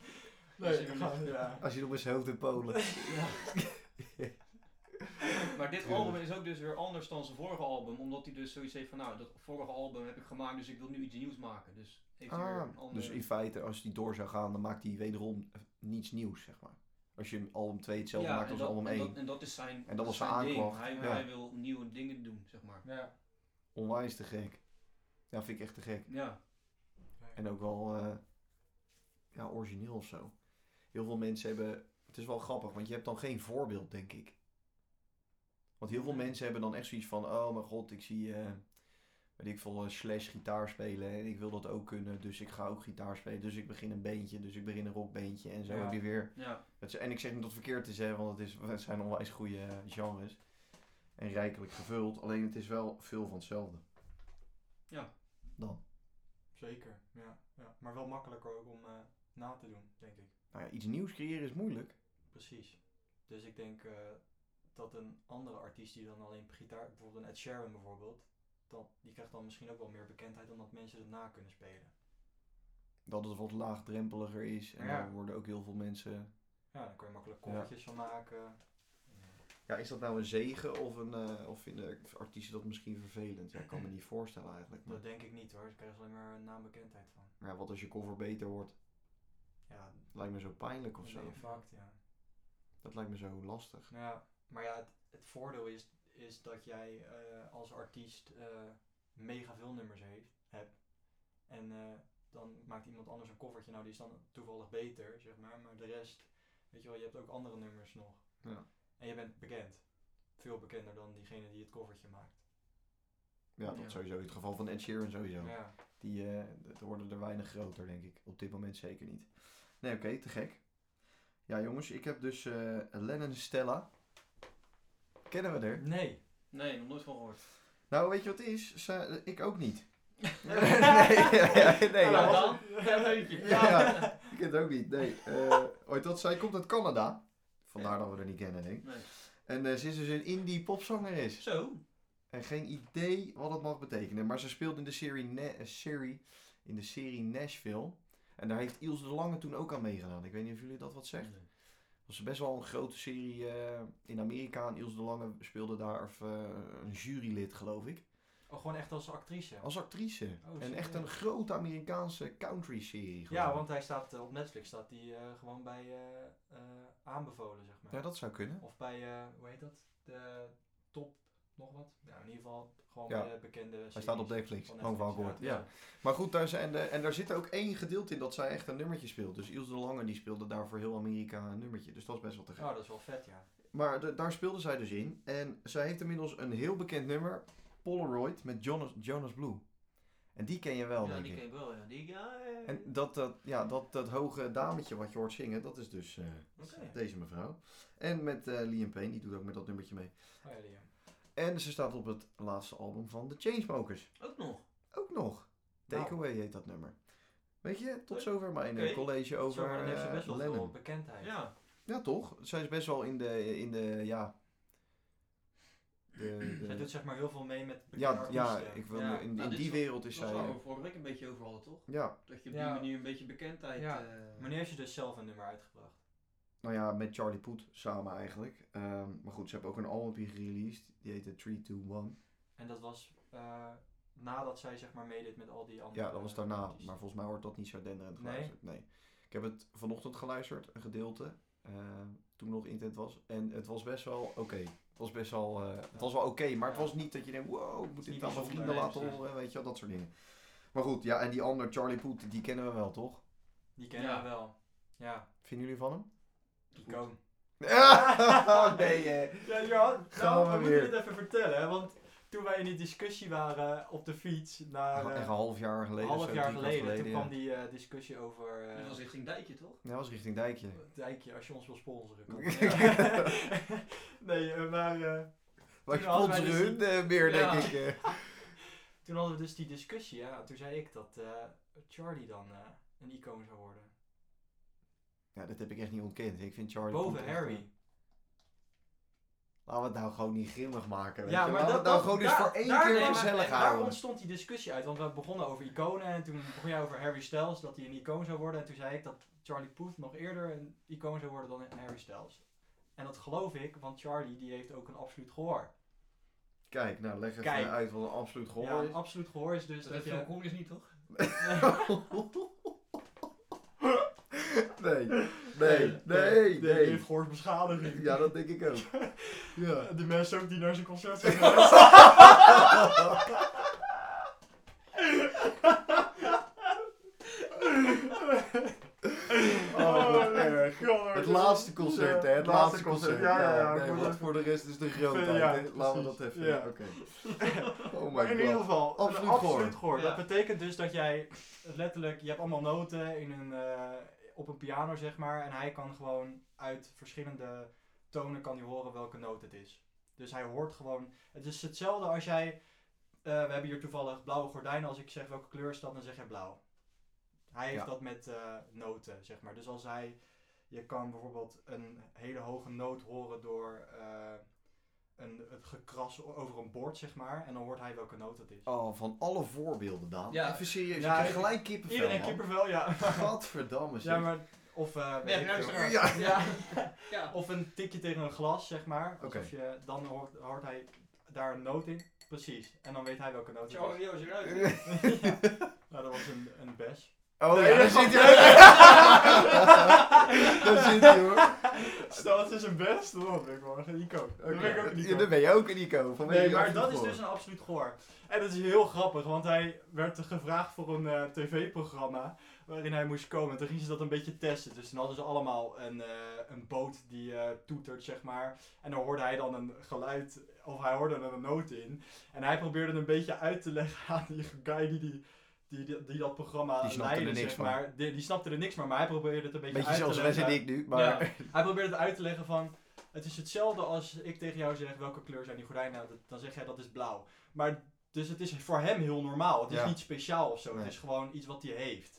Nee, ik ga-
ja.
Als je op eens hoofd in Polen.
Maar dit
Tuurlijk.
album is ook dus weer anders dan zijn vorige album. Omdat hij dus zoiets heeft van, nou, dat vorige album heb ik gemaakt, dus ik wil nu iets nieuws maken. Dus heeft hij weer
Ah,
een ander...
dus in feite, als die door zou gaan, dan maakt hij wederom eh, niets nieuws, zeg maar. Als je album 2 hetzelfde
Ja,
maakt
en
als
dat-
album
en
1.
dat- En dat is zijn
En dat was zijn
ding.
aanklacht,
Hij,
ja.
hij wil nieuwe dingen doen, zeg maar.
Ja.
Onwijs te gek. Ja, vind ik echt te gek.
Ja.
En ook wel eh, ja, origineel of zo. Heel veel mensen hebben. Het is wel grappig, want je hebt dan geen voorbeeld, denk ik. Want heel veel mensen hebben dan echt zoiets van: oh mijn god, ik zie. eh weet ik veel, eh, slash gitaar spelen. En ik wil dat ook kunnen, dus ik ga ook gitaar spelen. Dus ik begin een beentje, dus ik begin een rockbeentje. En zo
Ja.
heb je weer.
Ja.
Het, is- en ik zeg niet dat het verkeerd is, hè, want het, is, het zijn onwijs goede eh, genres. En rijkelijk gevuld. Alleen het is wel veel van hetzelfde.
Zeker, ja, ja. Maar wel makkelijker ook om eh, na te doen, denk ik.
Nou ja, iets nieuws creëren is moeilijk.
Precies. Dus ik denk eh, dat een andere artiest die dan alleen op gitaar, bijvoorbeeld een Ed Sheeran bijvoorbeeld, dat, die krijgt dan misschien ook wel meer bekendheid omdat mensen het na kunnen spelen.
dat het wat laagdrempeliger is. En
Ja.
daar worden ook heel veel mensen.
Ja, dan kun je makkelijk
Ja.
koffertjes van maken.
Ja, is dat nou een zegen of, een, eh, of vinden artiesten dat misschien vervelend? Ja, ik kan me niet voorstellen eigenlijk. Maar,
Dat denk ik niet hoor, ze krijgen alleen maar naambekendheid van.
maar ja, wat als je cover beter wordt?
Ja,
Dat lijkt me zo pijnlijk of
dat
zo.
ben je vaak, ja.
Dat lijkt me zo lastig.
Nou ja, maar ja, het, het voordeel is, is dat jij eh, als artiest eh, mega veel nummers heeft, hebt. En eh, dan maakt iemand anders een koffertje. Nou, die is dan toevallig beter, zeg maar. Maar de rest, weet je wel, je hebt ook andere nummers nog.
Ja.
En je bent bekend. Veel bekender dan diegene die het koffertje maakt.
Ja, dat
Ja.
sowieso. In het geval van Ed Sheeran sowieso.
Ja.
Die eh, dat worden er weinig groter, denk ik. Op dit moment zeker niet. Nee, oké, te gek. Ja, jongens, ik heb dus eh Lennon Stella. Kennen we er?
Nee.
Nee, nog nooit van gehoord.
Nou, weet je wat het is? Ze- ik ook niet. nee,
Ja,
nee,
nou,
ja.
dan, ja, leuk.
Eh, oh, Ja, ik ken het ook niet. Nee. Eh ooit dat zij komt uit Canada. Vandaar dat we er niet kennen, denk ik.
Nee.
En eh, ze is dus een indie popzangeres.
Zo.
En geen idee wat het mag betekenen. Maar ze speelt in de serie, Na- eh, serie, in de serie Nashville. En daar heeft Iels de Lange toen ook aan meegedaan. Ik weet niet of jullie dat wat zeggen. Het was best wel een grote serie eh, in Amerika. En Iels de Lange speelde daar of, eh, een jurylid, geloof ik.
Oh, gewoon echt als actrice.
Als actrice.
Oh,
en
zo.
echt een grote Amerikaanse country serie.
Ja, want hij staat eh, op Netflix staat die eh, gewoon bij eh, eh, aanbevolen, zeg maar.
Ja, dat zou kunnen.
Of bij, eh, hoe heet dat? De top, nog wat? Nou, in ieder geval gewoon
Ja.
bij de bekende
Hij
series
staat op Netflix.
van
Gewoon van gehoord. Ja. Maar goed, daar zijn de, en daar zit ook één gedeelte in dat zij echt een nummertje speelt. Dus Iels de Lange die speelde daar voor heel Amerika een nummertje. Dus dat is best wel te gek.
Oh, dat is wel vet, ja.
Maar de- daar speelde zij dus in. En zij heeft inmiddels een heel bekend nummer. Polaroid met Jonas, Jonas Blue. En die ken je wel,
ja,
denk
die
ik.
ken ik wel, ja. Die, ja, eh.
En dat, dat, ja, dat, dat hoge dametje wat je hoort zingen, dat is dus eh,
Oké.
deze mevrouw. En met eh, Liam Payne, die doet ook met dat nummertje mee.
Oh ja, Liam.
En ze staat op het laatste album van The Chainsmokers.
Ook nog.
Ook nog.
Nou.
Takeaway heet dat nummer. Weet je, tot zover mijn eh,
Oké.
college over
Zo, maar dan heeft ze
eh,
best wel
Lennon.
veel bekendheid.
Ja.
Ja, toch? Zij is best wel in de, in de ja... De,
Zij
de-
doet zeg maar heel veel mee met bekende
ja, ja,
artiesten.
ik wil,
Ja.
in, in
Nou, dit
die
is-
wereld is
Dat was waar
zij... eh,
we vorige week een beetje over hadden, toch?
Ja,
Dat je op
Ja.
die manier een beetje bekendheid...
Ja.
eh,
Maar nu heeft ze dus zelf een nummer uitgebracht.
nou ja, met Charlie Poet samen eigenlijk. Ehm, maar goed, ze hebben ook een albumpje gereleased. Die heette 3, 2, 1.
En dat was eh, nadat zij zeg maar meedeed met al die andere
Ja, dat was daarna.
artiesten.
Maar volgens mij hoort dat niet zo denderend
Nee?
geluisterd. Nee. Ik heb het vanochtend geluisterd, een gedeelte. eh, toen nog intent was. En het was best wel oké. Het was best wel, eh, het was wel oké, maar het
Ja.
was niet dat je denkt, wow, ik moet
Niet
dit aan mijn
bijzonder,
vrienden
nee,
laten
precies.
horen, weet je wel, dat soort dingen. Maar goed, ja, en die ander, Charlie Poet, die kennen we wel, toch?
Die kennen
Ja.
we wel. Ja,
Vinden jullie van hem?
icoon.
nee, eh.
Ja, Johan,
Gaan
nou,
we
we
weer.
moeten dit even vertellen, hè, want toen wij in die discussie waren op de fiets naar
Echt een
eh,
half jaar geleden.
een
zo,
half
drie
jaar
kwart
geleden, toen
ja.
kwam die eh, discussie over eh,
Dat was richting Dijkje, toch?
Ja, dat was richting Dijkje.
het dijkje, als je ons wil sponsoren. Kan. nee, eh, maar eh,
Maar
Toen hadden wij
sponsoren
dus-
hun eh, meer,
Ja.
denk ik. eh.
toen hadden we dus die discussie, ja, toen zei ik dat eh, Charlie dan eh, een icoon zou worden.
Ja, dat heb ik echt niet ontkend. Ik vind Charlie Poet
Boven
echt eh,
Harry.
een- Laten we het nou gewoon niet grimmig maken. Weet
Ja,
je?
maar
Laten
dat,
we het nou
dat-
gewoon eens
daar-
voor één
daar-
keer
nee, maar-
gezellig
en Daar
houden.
ontstond die discussie uit, want we begonnen over iconen en toen begon jij over Harry Styles, dat hij een icoon zou worden. En toen zei ik dat Charlie Puth nog eerder een icoon zou worden dan Harry Styles. En dat geloof ik, want Charlie die heeft ook een absoluut gehoor.
Kijk, nou leg even
Kijk.
uit wat een absoluut gehoor
ja,
is.
een absoluut gehoor is dus
Dat,
dat,
dat
je...
Phil Collins niet, toch?
nee, nee, nee,
Die
nee.
heeft gehoorsbeschadiging.
Ja, dat denk ik ook. Ja.
De mensen ook die naar zijn concert zijn
Oh, wat erg. Het laatste concert, hè? Het laatste concert.
Ja, ja, ja.
nee,
Ik moet
want
het-
voor de rest is de grootheid.
Ja,
hè? Laten we dat
precies.
even.
Ja.
Oké. Oh
Maar
my
in ieder
god.
geval, een
Absoluut
absoluut,
gehoor.
gehoor.
Ja.
Dat betekent dus dat jij letterlijk, je hebt allemaal noten in een, eh, op een piano, zeg maar. En hij kan gewoon uit verschillende tonen kan hij horen welke noot het is. Dus hij hoort gewoon. Het is hetzelfde als jij. eh, we hebben hier toevallig blauwe gordijnen. Als ik zeg welke kleur is dat, dan zeg jij blauw. Hij heeft
Ja.
dat met eh, noten, zeg maar. Dus als hij. Je kan bijvoorbeeld een hele hoge noot horen door. eh, een, het gekras o- over een bord, zeg maar. En dan hoort hij welke noot dat is.
Oh, van alle voorbeelden, Daan.
Ja.
Even serieus.
Ja,
ik krijg
ik-
gelijk kippenvel.
Iedereen
man.
kippervel, ja.
Gadverdamme. zeg.
ja, maar... Of, eh, weet ik veel.
luisteraar.
Ja.
Ja.
Ja.
of een tikje tegen een glas, zeg maar.
Oké.
Alsof je, dan hoort, hoort hij daar een noot in. Precies. En dan weet hij welke noot het
Charlie,
is.
Joost, eruit.
Ja. Nou, dat was een, een bes.
Oh
Nee,
ja, daar
dat
zit
komt-
hij. daar zit hij hoor.
Stel, het is dus een bes, dan ben ik wel een icoon. Dan ben ik ook een
Oké.
icoon.
Ja, Dan ben je ook een Nico. vanwege
Nee,
je
maar dat is
afvoer.
dus een absoluut goor. En dat is heel grappig, want hij werd gevraagd voor een eh, tv-programma waarin hij moest komen. Toen gingen ze dat een beetje testen. Dus dan hadden ze allemaal een, eh, een boot die eh, toetert, zeg maar. En dan hoorde hij dan een geluid, of hij hoorde er een noot in. En hij probeerde een beetje uit te leggen aan die guy die, die, die, die, die dat programma
Die snapte er
leidde,
niks
zeg maar. Die, die snapte er niks van, maar hij probeerde het een beetje,
Beetje
uit
zoals
te
Wes
leggen.
en ik nu, maar...
Hij probeert het uit te leggen van. Het is hetzelfde als ik tegen jou zeg welke kleur zijn die gordijnen. nou? Dat- Dan zeg jij dat is blauw. Maar dus het is voor hem heel normaal. Het is
Ja.
niet speciaal of zo.
Nee.
Het is gewoon iets wat hij heeft.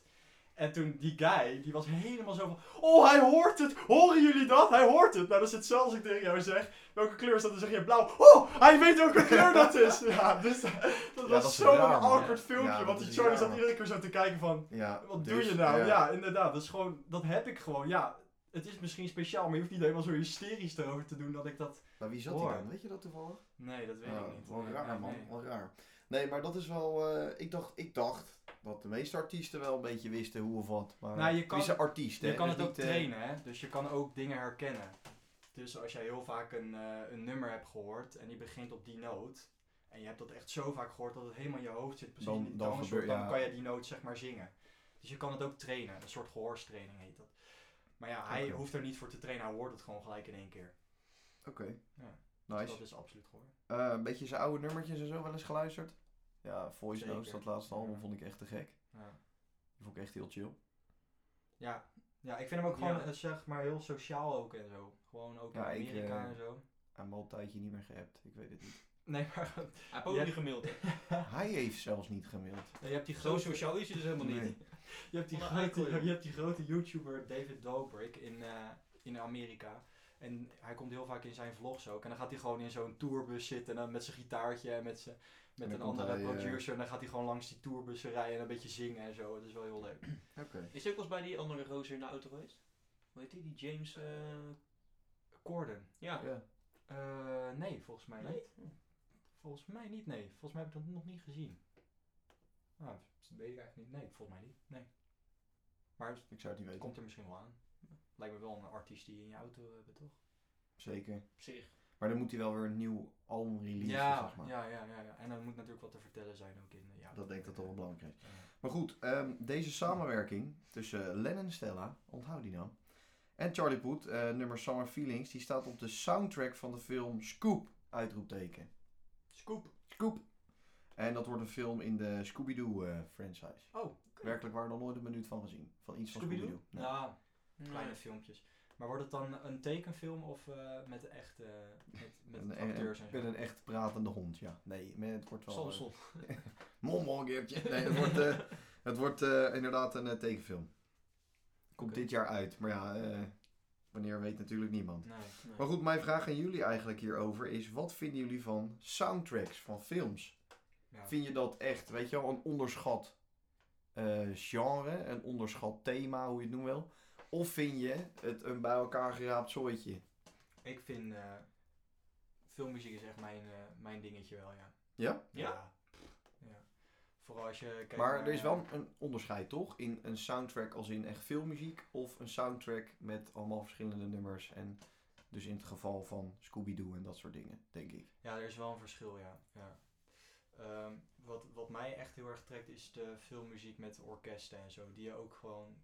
En toen die guy, die was helemaal zo van, oh hij hoort het, horen jullie dat? Hij hoort het. Nou dat is hetzelfde als ik tegen jou zeg, welke kleur is dat? Dan zeg je blauw, oh hij weet welke kleur dat is. Ja, dus dat,
dat
was
is
zo'n
raar, man.
awkward filmpje,
Ja, dat
want
is
die Charlie
raar,
zat
man.
iedere keer zo te kijken van,
Ja,
wat
dus,
doe je nou?
ja.
Ja. inderdaad. Dat is gewoon, dat heb ik gewoon. Ja, het is misschien speciaal, maar je hoeft niet helemaal zo hysterisch erover te doen dat ik dat.
Maar wie zat die
Hoor.
dan? Weet je dat toevallig?
Nee, dat weet
Oh,
ik niet.
Wel
Nee,
raar
nee,
man,
nee.
wel raar. Nee, maar dat is wel... eh, ik, dacht, ik dacht dat de meeste artiesten wel een beetje wisten hoe of wat. Maar
Nou, je
het
kan-
is een artiest, hè?
Je kan
dus
het ook
niet, eh,
trainen, hè? Dus je kan ook dingen herkennen. Dus als jij heel vaak een, eh, een nummer hebt gehoord en die begint op die noot. En je hebt dat echt zo vaak gehoord dat het helemaal in je hoofd zit. Precies
Dan-
in die
dan
toonsoort,
gebeurt-
dan
ja.
kan je die noot zeg maar zingen. Dus je kan het ook trainen. Een soort gehoorstraining heet dat. Maar ja, hij
Oké.
hoeft er niet voor te trainen. Hij hoort het gewoon gelijk in één keer.
Oké,
Ja. Dus
nice.
dat is absoluut gehoor.
Eh, een beetje zijn oude nummertjes en zo wel eens geluisterd. Ja, Voice
Zeker.
Notes, dat laatste album,
Ja.
vond ik echt te gek.
Ja.
Die vond ik echt heel chill.
Ja. ja, ik vind hem ook gewoon
Ja.
eh, zeg maar heel sociaal ook en zo. Gewoon ook in
Ja, ik,
Amerika
eh,
en zo.
Hij heeft al een tijdje niet meer geappt, ik weet het niet.
Nee, maar goed.
Hij heeft ook
Ja.
niet gemaild. hè.
Hij heeft zelfs niet gemaild.
je hebt die
Zo
grote,
sociaal is hij dus helemaal niet.
Nee.
je hebt die
Wat
grote,
een eikel, joh.
je hebt die grote YouTuber David Dobrik in, eh, in Amerika. En hij komt heel vaak in zijn vlogs ook. En dan gaat hij gewoon in zo'n tourbus zitten en dan met zijn gitaartje en met, zijn, met
dan
een
komt
andere
hij, eh,
producer. En dan gaat hij gewoon langs die tourbussen rijden en een beetje zingen en zo. Dat is wel heel leuk.
Oké.
Is hij ook wel eens bij die andere gozer in de auto geweest? Hoe heet die? Die James... eh,
Corden?
ja.
Ja.
Eh, nee, volgens mij niet.
Nee?
Volgens mij niet, nee. Volgens mij heb ik dat nog niet gezien. Nou, dat weet ik eigenlijk niet. Nee, volgens mij niet. Nee. Maar
Ik zou het niet
het
weten.
komt er misschien wel aan. Lijkt me wel een artiest die je in je auto eh, hebben, toch?
Zeker.
Op zich.
Maar dan moet hij wel weer een nieuw album releasen, zeg maar.
ja, ja, ja, ja. En er moet natuurlijk wat te vertellen zijn ook in eh, de auto.
Dat denk ik dat dat wel belangrijk is.
Ja.
Maar goed, ehm, deze samenwerking tussen Len en Stella, onthoud die nou. En Charlie Poet, eh, nummer Summer Feelings, die staat op de soundtrack van de film Scoop, uitroepteken.
Scoop!
Scoop! En dat wordt een film in de Scooby-Doo eh, franchise.
Oh,
Werkelijk waar nog nooit een minuut van gezien. Van iets van Scooby-Doo.
Scooby-Doo? Nou,
Nee.
Ja, kleine
Nee.
filmpjes. Maar wordt het dan een tekenfilm of eh, met echt met, met
Een-
acteurs en
Met
zo?
een echt pratende hond, ja. Nee, maar het wordt wel... eh,
Samson.
Mom, mom, Geertje. Nee, het wordt, eh, het wordt eh, inderdaad een eh, tekenfilm. Komt
Oké.
dit jaar uit, maar ja, eh, wanneer weet natuurlijk niemand.
Nee.
Maar goed, mijn vraag aan jullie eigenlijk hierover is: wat vinden jullie van soundtracks van films?
Ja.
Vind je dat echt, weet je wel, een onderschat eh, genre, een onderschat thema, hoe je het noemt wel? Of vind je het een bij elkaar geraapt zooitje?
Ik vind eh, filmmuziek is echt mijn, eh, mijn dingetje wel, ja.
Ja?
Ja. ja. Vooral als je kijkt
Maar
naar, eh,
er is wel een onderscheid, toch? In een soundtrack als in echt filmmuziek of een soundtrack met allemaal verschillende nummers. En dus in het geval van Scooby-Doo en dat soort dingen, denk ik.
Ja, er is wel een verschil, ja. ja. Ehm, wat, wat mij echt heel erg trekt is de filmmuziek met orkesten en zo. Die je ook gewoon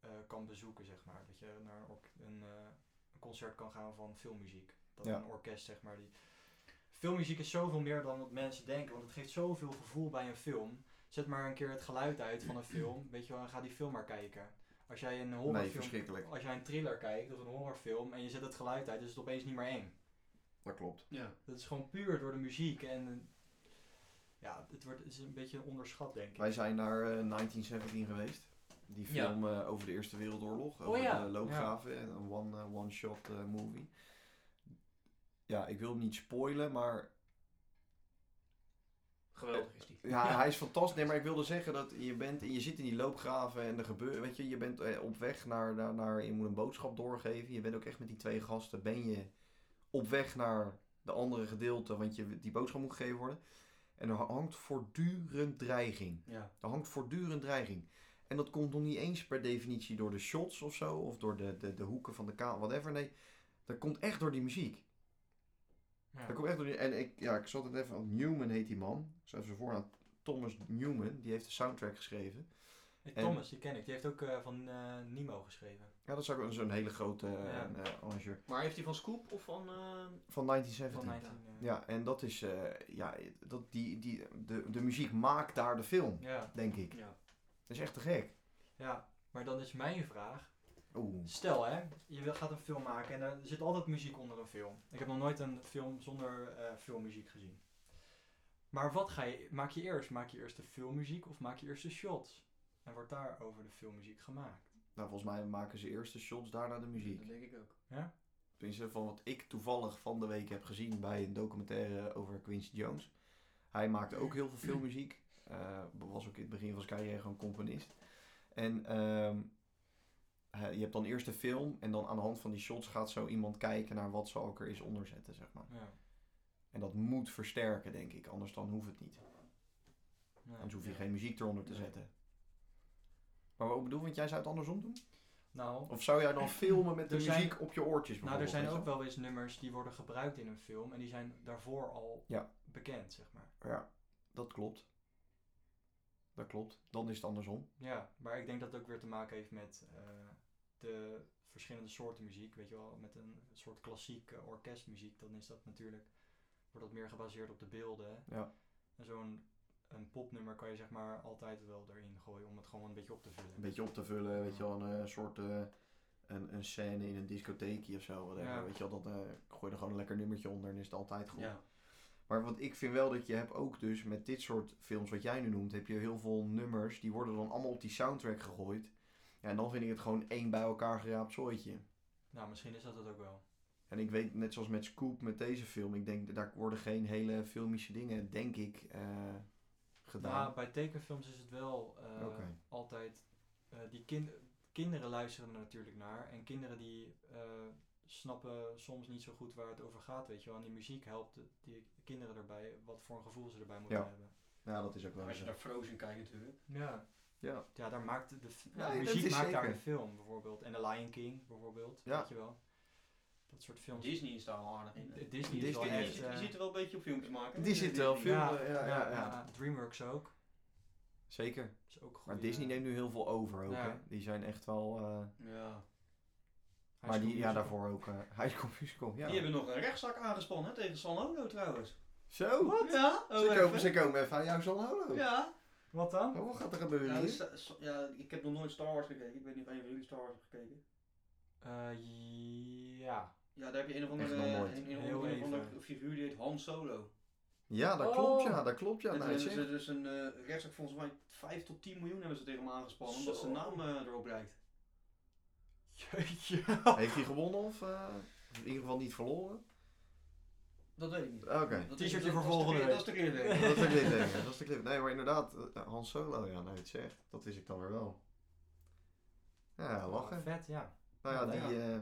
eh, kan bezoeken, zeg maar. Dat je naar een, ork- een, eh, een concert kan gaan van filmmuziek. Dat
Ja.
een orkest, zeg maar. Die... Filmmuziek is zoveel meer dan wat mensen denken. Want het geeft zoveel gevoel bij een film. Zet maar een keer het geluid uit van een film. Weet je wel, en ga die film maar kijken. Als jij een
Nee,
horrorfilm...
verschrikkelijk.
als jij een thriller kijkt of een horrorfilm en je zet het geluid uit, is het opeens niet meer eng.
Dat klopt.
Ja.
Dat is gewoon puur door de muziek en eh, ja, het wordt het is een beetje onderschat denk ik.
Wij zijn naar eh, 1917 geweest. Die
Ja. Oh
film eh, over de Eerste Wereldoorlog. Over
ja.
de loopgraven. en Een one- eh, one-shot eh, movie. Ja, ik wil hem niet spoilen, maar
Geweldig is die.
Ja, hij is fantastisch. Nee, maar ik wilde zeggen dat je bent, je zit in die loopgraven en er gebeurt, weet je, je bent eh, op weg naar, naar, naar, je moet een boodschap doorgeven. Je bent ook echt met die twee gasten, ben je op weg naar de andere gedeelte, want je, die boodschap moet gegeven worden. En er hangt voortdurend dreiging.
Ja.
Er hangt voortdurend dreiging. En dat komt nog niet eens per definitie door de shots of zo, of door de, de, de hoeken van de kaal, whatever. Nee, dat komt echt door die muziek.
Ja.
Hij komt echt door die- En ik, ja, ik zat het even... want Newman heet die man. Ik zou even zijn voornaam... Thomas Newman. Die heeft de soundtrack geschreven.
Hey,
en-
Thomas, die ken ik. Die heeft ook eh, van eh, Nemo geschreven.
Ja, dat is ook wel zo'n hele grote eh
Ja.
eh, arrangeur.
Maar heeft hij van Scoop of van... eh,
Van
Van
1970.
19, eh,
Ja, en dat is... eh, ja, dat, die, die, de, de muziek maakt daar de film.
ja.
Denk ik.
Ja.
Dat is echt te gek.
Ja. Maar dan is mijn vraag,
Oeh.
stel hè, je wil- gaat een film maken en er zit altijd muziek onder een film. Ik heb nog nooit een film zonder eh, filmmuziek gezien. Maar wat ga je, maak je eerst? Maak je eerst de filmmuziek of maak je eerst de shots? En wordt daar over de filmmuziek gemaakt.
Nou, volgens mij maken ze eerst de shots, daarna de muziek.
Dat denk ik ook.
Tenminste, van wat ik toevallig van de week heb gezien bij een documentaire over Quincy Jones. Hij maakte ook heel veel filmmuziek. Eh, was ook in het begin van zijn carrière gewoon componist. En ehm, hij- je hebt dan eerst de film en dan aan de hand van die shots gaat zo iemand kijken naar wat zal ik er eens onder zetten, zeg maar.
Ja.
En dat moet versterken, denk ik. Anders dan hoeft het niet.
Nee.
Anders hoef je geen muziek eronder te
Nee.
zetten. Maar wat ik bedoel, want jij zou het andersom doen?
Nou,
Of zou jij dan filmen met de
Er zijn-
muziek op je oortjes
nou, er
bijvoorbeeld?
zijn
weet je
ook wel eens nummers die worden gebruikt in een film. En die zijn daarvoor al
Ja.
bekend, zeg maar.
Ja, dat klopt. Dat klopt. Dan is het andersom.
Ja, maar ik denk dat het ook weer te maken heeft met eh, de verschillende soorten muziek. Weet je wel, met een soort klassiek eh, orkestmuziek, dan is dat natuurlijk, wordt dat meer gebaseerd op de beelden.
Ja.
En zo'n een popnummer kan je zeg maar altijd wel erin gooien om het gewoon een beetje op te vullen.
Een beetje op te vullen, weet je wel, een eh, soort eh, een, een scène in een discotheekje of zo. whatever.
Ja.
Weet je wel, dat eh, gooi er gewoon een lekker nummertje onder en is het altijd goed.
Ja,
Maar wat ik vind wel dat je hebt ook dus met dit soort films wat jij nu noemt, heb je heel veel nummers die worden dan allemaal op die soundtrack gegooid. Ja, en dan vind ik het gewoon één bij elkaar geraapt zooitje.
nou misschien is dat het ook wel.
En ik weet, net zoals met Scoop, met deze film, ik denk, daar worden geen hele filmische dingen, denk ik, eh, gedaan.
Nou, bij tekenfilms is het wel eh,
Oké.
altijd. eh, die kin- kinderen luisteren er natuurlijk naar. En kinderen die eh, snappen soms niet zo goed waar het over gaat, weet je wel. En die muziek helpt de- die kinderen erbij, wat voor een gevoel ze erbij moeten
Ja.
hebben.
Ja, dat is ook wel
Als je
zo.
naar Frozen kijkt natuurlijk.
Ja.
Ja.
Ja, daar maakt de, f-
Ja,
de
dat
muziek
is
maakt daar
zeker.
de film bijvoorbeeld. En The Lion King bijvoorbeeld,
Ja.
weet je wel. Dat soort films.
Disney is daar wel aardig in. hè?
Disney, is wel
Disney
Je
is-
echt...
zit- je
eh,
zit er wel een beetje op filmpjes maken.
Die zit wel
Disney.
veel-
ja,
filmen, ja, ja, ja.
DreamWorks ook.
Zeker.
Is ook goed.
Maar
eh,
Disney neemt nu heel veel over ook.
Ja.
Hè? Die zijn echt wel. eh,
Ja.
maar die, ja, daarvoor ook. eh High School Musical. Ja.
Die hebben nog een rechtszaak aangespannen hè, tegen San Holo trouwens.
Zo!
Ja, oh,
Ze
even.
komen, ze komen even aan jou zo'n holo.
Ja.
Wat dan?
Oh, wat gaat er gebeuren?
Ja,
hier?
dus, eh, so- ja, ik heb nog nooit Star Wars gekeken. Ik weet niet of een van jullie Star Wars heeft gekeken.
Eh, ja.
Ja, daar heb je een of
Echt
andere,
nog nooit.
een, een,
Heel
een, een of andere
even.
figuur die heet Han Solo.
ja, dat
Oh.
klopt. Ja, dat klopt. Ja,
en toen
nou,
hebben
zeg.
ze dus een eh rechtszaak volgens mij 5 tot 10 miljoen hebben ze tegen hem aangespannen. Omdat
Zo.
zijn naam eh, erop lijkt.
Jeetje.
Heeft hij gewonnen of eh, in ieder geval niet verloren?
Dat weet ik niet.
Oké.
Dat-
T-shirtje voor
dat- dat is de
volgende
clear-
week.
Dat is de clear day.
Dat is de clip, denk ik. Dat is de clip. Nee, maar inderdaad, eh, Han Solo, ja, nou, het zegt. Dat wist ik dan weer wel. Ja, lachen.
Vet, ja.
Nou ja,
Ja.
die. eh,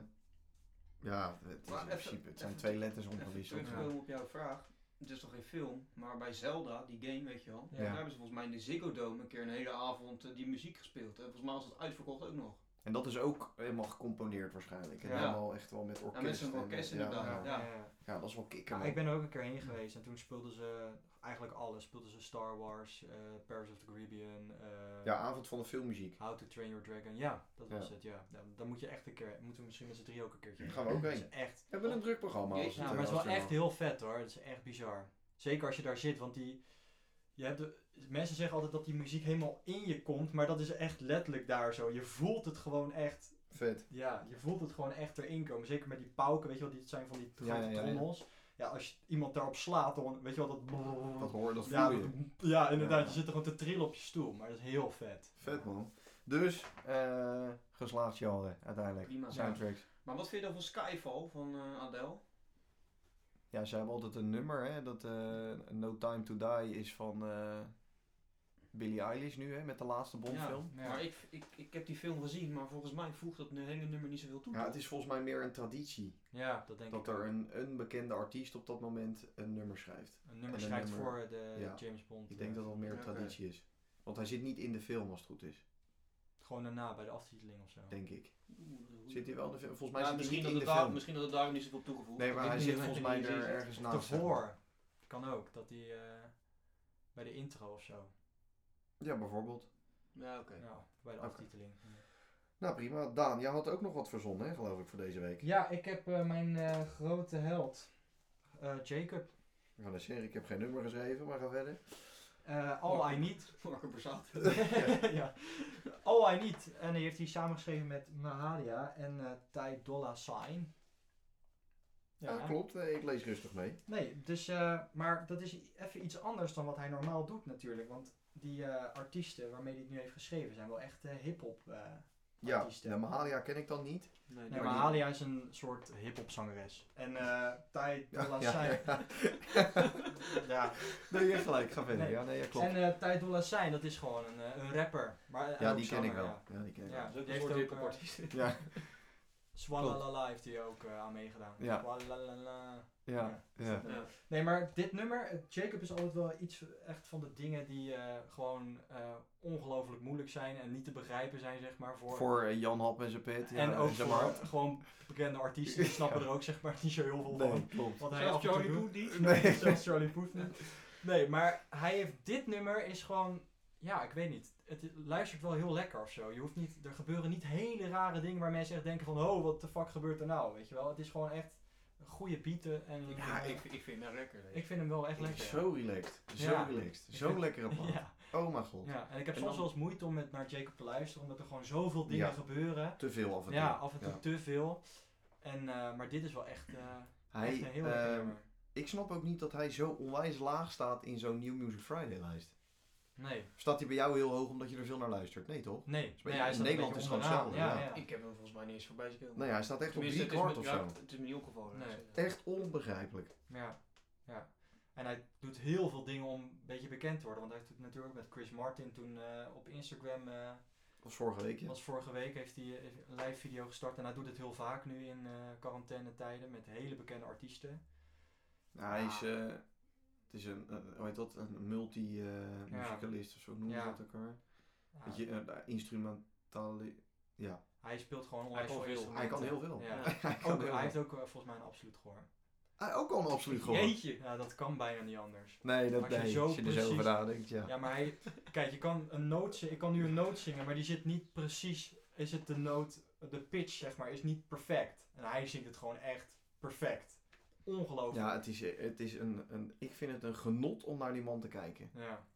ja, het, is
Maar
in
even-
principe, het zijn
even
twee
ter-
letters
Even
omgewisseld.
terug.
terugkomen op jouw vraag. Het is toch geen film, maar bij Zelda, die game weet je wel.
Ja.
Daar hebben ze volgens mij in de Ziggo Dome een keer een hele avond eh, die muziek gespeeld. En volgens mij was het uitverkocht ook nog.
En dat is ook helemaal gecomponeerd waarschijnlijk. En
Ja.
helemaal echt wel met orkest.
met zo'n
en-
orkest
ja,
inderdaad,
Ja,
ja.
Ja, dat is wel kikker.
Ja,
man.
ik ben er ook een keer heen geweest en toen speelden ze eigenlijk alles. Speelden ze Star Wars, eh, Pirates of the Caribbean, eh,
Ja, avond van de filmmuziek.
How to Train Your Dragon. Ja, dat
Ja.
was het, ja. ja. Dan moet je echt een keer, moeten we misschien met z'n drie ook een keertje
Daar
heen.
gaan we ook
Dat
heen.
is echt,
Hebben we een druk programma? als
Jeetje,
ja,
eh,
maar het is
als
wel
het
echt
helemaal-
heel vet hoor. Het is echt bizar. Zeker als je daar zit, want die... Je hebt de, mensen zeggen altijd dat die muziek helemaal in je komt, maar dat is echt letterlijk daar zo. Je voelt het gewoon echt.
Vet.
Ja, je voelt het gewoon echt erin komen. Zeker met die pauken, weet je wel, die het zijn van die
Ja,
grote
ja, ja, ja.
trommels. Ja. als je iemand daarop slaat, dan weet je wel, dat...
Dat hoor, dat voel
ja,
je.
dat- ja, inderdaad,
Ja.
je zit er gewoon te trillen op je stoel, maar dat is heel vet.
Vet man. Dus, eh geslaagd genre uiteindelijk.
Prima.
Soundtracks.
Maar wat vind je dan van Skyfall van eh Adele?
Ja, ze hebben altijd een nummer hè. Dat eh, No Time To Die is van eh, Billie Eilish nu hè. Met de laatste Bondfilm.
Ja.
Maar ik, ik, ik heb die film gezien, maar volgens mij voegt dat hele nummer niet zoveel toe.
Ja, het is volgens mij meer een traditie.
Ja, dat denk
Dat
ik. ook.
er een unbekende artiest op dat moment een nummer schrijft.
Een nummer
en een
schrijft
nummer-
voor de
ja.
James Bond.
Ik denk
eh,
dat dat meer
Oké.
traditie is. Want hij zit niet in de film als het goed is,
Gewoon daarna, bij de aftiteling of zo.
denk ik.
Oeh, dat is goed.
Zit hij wel in de film? Volgens mij
Ja,
zit hij
misschien,
niet
dat
in
het
de
daar,
film.
misschien dat het daarom niet zoveel toegevoegd
Nee, maar
Ik
hij
weet
zit
niet
volgens
wat
mij
hij
er
zit.
ergens naast. zeg maar.
Daarvoor. Kan ook, dat die eh, bij de intro of zo.
Ja, bijvoorbeeld.
Ja, oké.
Ja, bij de
Oké.
aftiteling.
Nou prima. Daan, jij had ook nog wat verzonnen, hè, geloof ik, voor deze week.
Ja, ik heb eh, mijn eh, grote held, eh, Jacob.
Ik ga zeggen, ik heb geen nummer geschreven, maar ga verder.
Eh
Oh,
All I Need.
Marco Borsato.
ja. All I Need. En die heeft hij samengeschreven met Mahalia en eh Ty Dolla Sign.
Ja, klopt. Eh, Ik lees rustig mee.
Nee, dus, eh, maar dat is even iets anders dan wat hij normaal doet natuurlijk. Want die eh, artiesten waarmee hij het nu heeft geschreven zijn wel echt eh, hip-hop eh,
Ja,
artiesten.
ja, Mahalia ken ik dan niet.
Nee,
Nee,
maar
maar
die-
Halia is een soort hip-hop zangeres. En eh Ty Dolla Sign.
ja.
Ja.
Nee, je hebt gelijk, ga verder.
Nee.
Ja, nee, ja, klopt.
En eh Ty Dolla Sign, dat is gewoon een, eh, een rapper. Maar, eh,
ja,
ook
die ken ik
zanger,
wel.
ja.
Ja, die ken ik
Ja.
wel.
die heeft ook, eh,
Ja,
Swallalala heeft hij ook eh, aan meegedaan.
Ja.
Wallalala.
ja, ja.
Ja.
Nee, maar dit nummer, eh, Jacob is altijd wel iets echt van de dingen die eh, gewoon eh, ongelooflijk moeilijk zijn en niet te begrijpen zijn, zeg maar. Voor,
Voor eh, Jan Hap en zijn pit. Ja,
en ook
zeg
voor
maar.
gewoon bekende artiesten, die snappen
Ja.
er ook zeg maar niet zo heel veel van.
Nee, klopt.
Wat hij af en toe
Zelfs Charlie
doet.
Poet niet.
Nee, zelfs Charlie Poef niet. Nee, maar hij heeft dit nummer is gewoon, ja, ik weet niet. Het luistert wel heel lekker of zo. Je hoeft niet, er gebeuren niet hele rare dingen waar mensen echt denken van, oh, wat de fuck gebeurt er nou, weet je wel? Het is gewoon echt goede bieten en
Ik,
eh,
ik, ik vind hem lekker.
ik vind hem wel echt lekker.
Zo relaxed. Zo
Ja.
relaxed.
Ik
Zo'n
vind-
lekkere plaat.
Ja,
Oh mijn god.
ja, en ik heb
En
soms
dan-
wel eens moeite om met naar Jacob te luisteren, omdat er gewoon zoveel dingen
Ja.
gebeuren.
Te veel af en toe.
Ja, af en toe
Ja.
te veel. En, eh, maar dit is wel echt, eh,
Hij,
echt een heel lekker
ehm,
nummer.
ik snap ook niet dat hij zo onwijs laag staat in zo'n New Music Friday lijst.
Nee,
Staat hij bij jou heel hoog omdat je er veel naar luistert? Nee toch?
nee.
beetje-
nee hij
in
staat een
Nederland
beetje
is het gewoon
onderaan.
hetzelfde, ja.
Ik heb hem volgens mij niet eens voorbij gekomen.
Nou ja, hij staat echt
Tenminste,
op
het
drie
is,
kwart
me-
of
ja,
zo.
het- het is me niet opgevallen.
Nee.
Dus, eh,
Echt onbegrijpelijk.
Ja, ja. En hij doet heel veel dingen om een beetje bekend te worden. Want hij heeft natuurlijk ook met Chris Martin toen eh, op Instagram, eh,
Of vorige week. ja.
was vorige week, heeft hij eh, een live video gestart. En hij doet het heel vaak nu in quarantaine quarantainetijden met hele bekende artiesten.
Nou, hij is, eh, het is een, eh, hoe heet dat, een
Ja.
multi-musicalist of zo noemen ze
Ja.
dat elkaar.
Ja,
Weet je, eh, instrumentale... Ja,
hij speelt gewoon
Hij
onwijs
kan
veel
veel.
hij kan
instrumenten.
heel veel.
Ja.
Hij kan
Ook,
heel
hij
veel.
heeft ook eh, volgens mij een absoluut gehoor.
Hij ook al een absoluut gehoord.
Jeetje.
Ja, dat kan bijna niet anders.
Nee, dat
Als je
nee.
zo
Als je er zo over
precies-
nadenkt, ja.
Ja, maar hij, kijk, je kan een noot zingen. Ik kan nu een noot zingen, maar die zit niet precies. Is het de noot, de pitch zeg maar, is niet perfect. En hij zingt het gewoon echt perfect. Ongelooflijk.
Ja, het is, eh, het is een, een... Ik vind het een genot om naar die man te kijken.
Ja.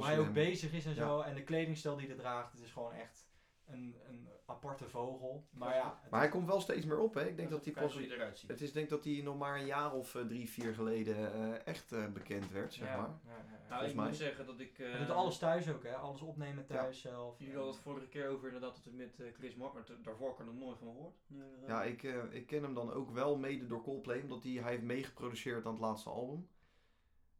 Hoe
je
hij ook
hem-
bezig is en zo. En de kledingstijl die hij draagt, het is gewoon echt een, een aparte vogel. Maar ja, het
Maar hij komt wel steeds meer op, hè. Ik denk dat hij
Kijk
pas...
hoe je eruit ziet.
Het is denk dat hij nog maar een jaar of eh, drie, vier geleden eh, echt eh, bekend werd,
is-
zeg
ja,
maar.
ja, ja, ja.
Nou, ik
volgens
moet zeggen dat ik... eh,
Hij doet alles thuis ook, hè? Alles opnemen thuis zelf.
Jullie hadden het vorige keer over inderdaad dat het met eh, Chris Martin, maar daarvoor kan ik er nooit van gehoord.
Ja, ik, eh, ik ken hem dan ook wel mede door Coldplay, omdat hij, hij heeft meegeproduceerd aan het laatste album.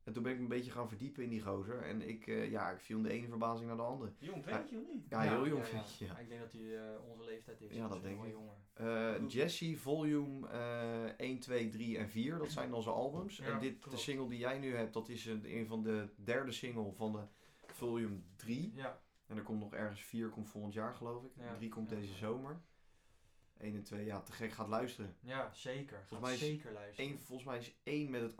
En toen ben ik me een beetje gaan verdiepen in die gozer. En ik, eh, ja, ik viel de ene verbazing naar de andere.
Jong, weet je of niet?
Ja, heel jong
ja.
ventje, ja.
Ik denk dat hij eh, onze leeftijd is.
Ja, dat
misschien
denk
wel
ik.
jonger.
Eh, Jesse, Volume eh 1, 2, 3 en 4, dat zijn onze albums.
Ja,
en dit, de
klopt.
single die jij nu hebt, dat is een, een van de derde single van de Volume 3.
Ja,
En er komt nog ergens 4, komt volgend jaar geloof ik.
Ja,
3 komt
ja.
deze zomer. 1 en 2, ja, te gek, gaat luisteren.
ja zeker. Gaat
mij is
zeker luisteren.
Eén, volgens mij is één met het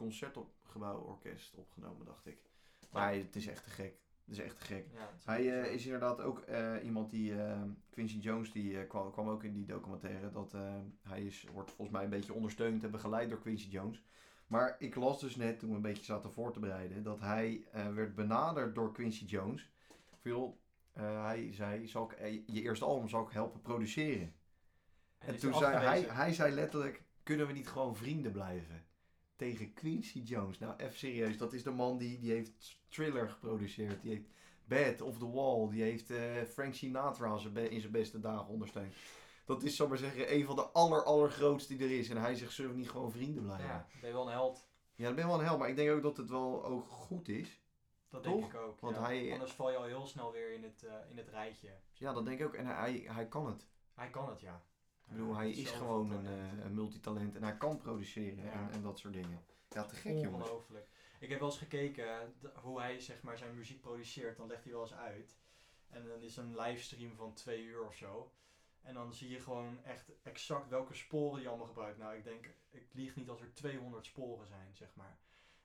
Concertgebouworkest opgenomen, dacht ik. Maar hij- het is echt te gek. Het is echt te gek.
Ja, het is
Hij
wel
eh,
zo.
is inderdaad ook eh, iemand die, eh, Quincy Jones, die eh, kwam, kwam ook in die documentaire. Dat, eh, hij is, wordt volgens mij een beetje ondersteund en begeleid door Quincy Jones. Maar ik las dus net, toen we een beetje zaten voor te bereiden, dat hij eh, werd benaderd door Quincy Jones. Van, joh, eh, hij zei, zal ik eh, je eerste album zal ik helpen produceren.
En
En
is
toen
er
zei hij,
afgewezen.
hij zei letterlijk, kunnen we niet gewoon vrienden blijven? Tegen Quincy Jones. Nou, even serieus, dat is de man die, die heeft Thriller geproduceerd. Die heeft Bad of the Wall. Die heeft eh, Frank Sinatra aan zijn be- in zijn beste dagen ondersteund. Dat is, zal ik maar zeggen, een van de aller, allergrootste die er is. En hij zegt, zullen we niet gewoon vrienden blijven? Ah, Ja,
Ja, ben je wel een held.
dat ben je wel een hel, maar ik denk ook dat het wel ook goed is.
Dat
Toch?
denk ik ook.
Want
ja.
hij-
Anders val je al heel snel weer in het, eh, in het rijtje.
Ja, dat denk ik ook. En hij, hij kan het.
Hij kan het, ja.
Ik bedoel, hij is gewoon een, eh, een multitalent. En hij kan produceren
Ja.
en, en dat soort dingen. Ja, te gek, jongens.
Ongelooflijk. Ik heb wel eens gekeken eh, d- hoe hij zeg maar, zijn muziek produceert. Dan legt hij wel eens uit. En dan is een livestream van twee uur of zo. En dan zie je gewoon echt exact welke sporen hij allemaal gebruikt. Nou, ik denk, ik lieg niet als er 200 sporen zijn, zeg maar.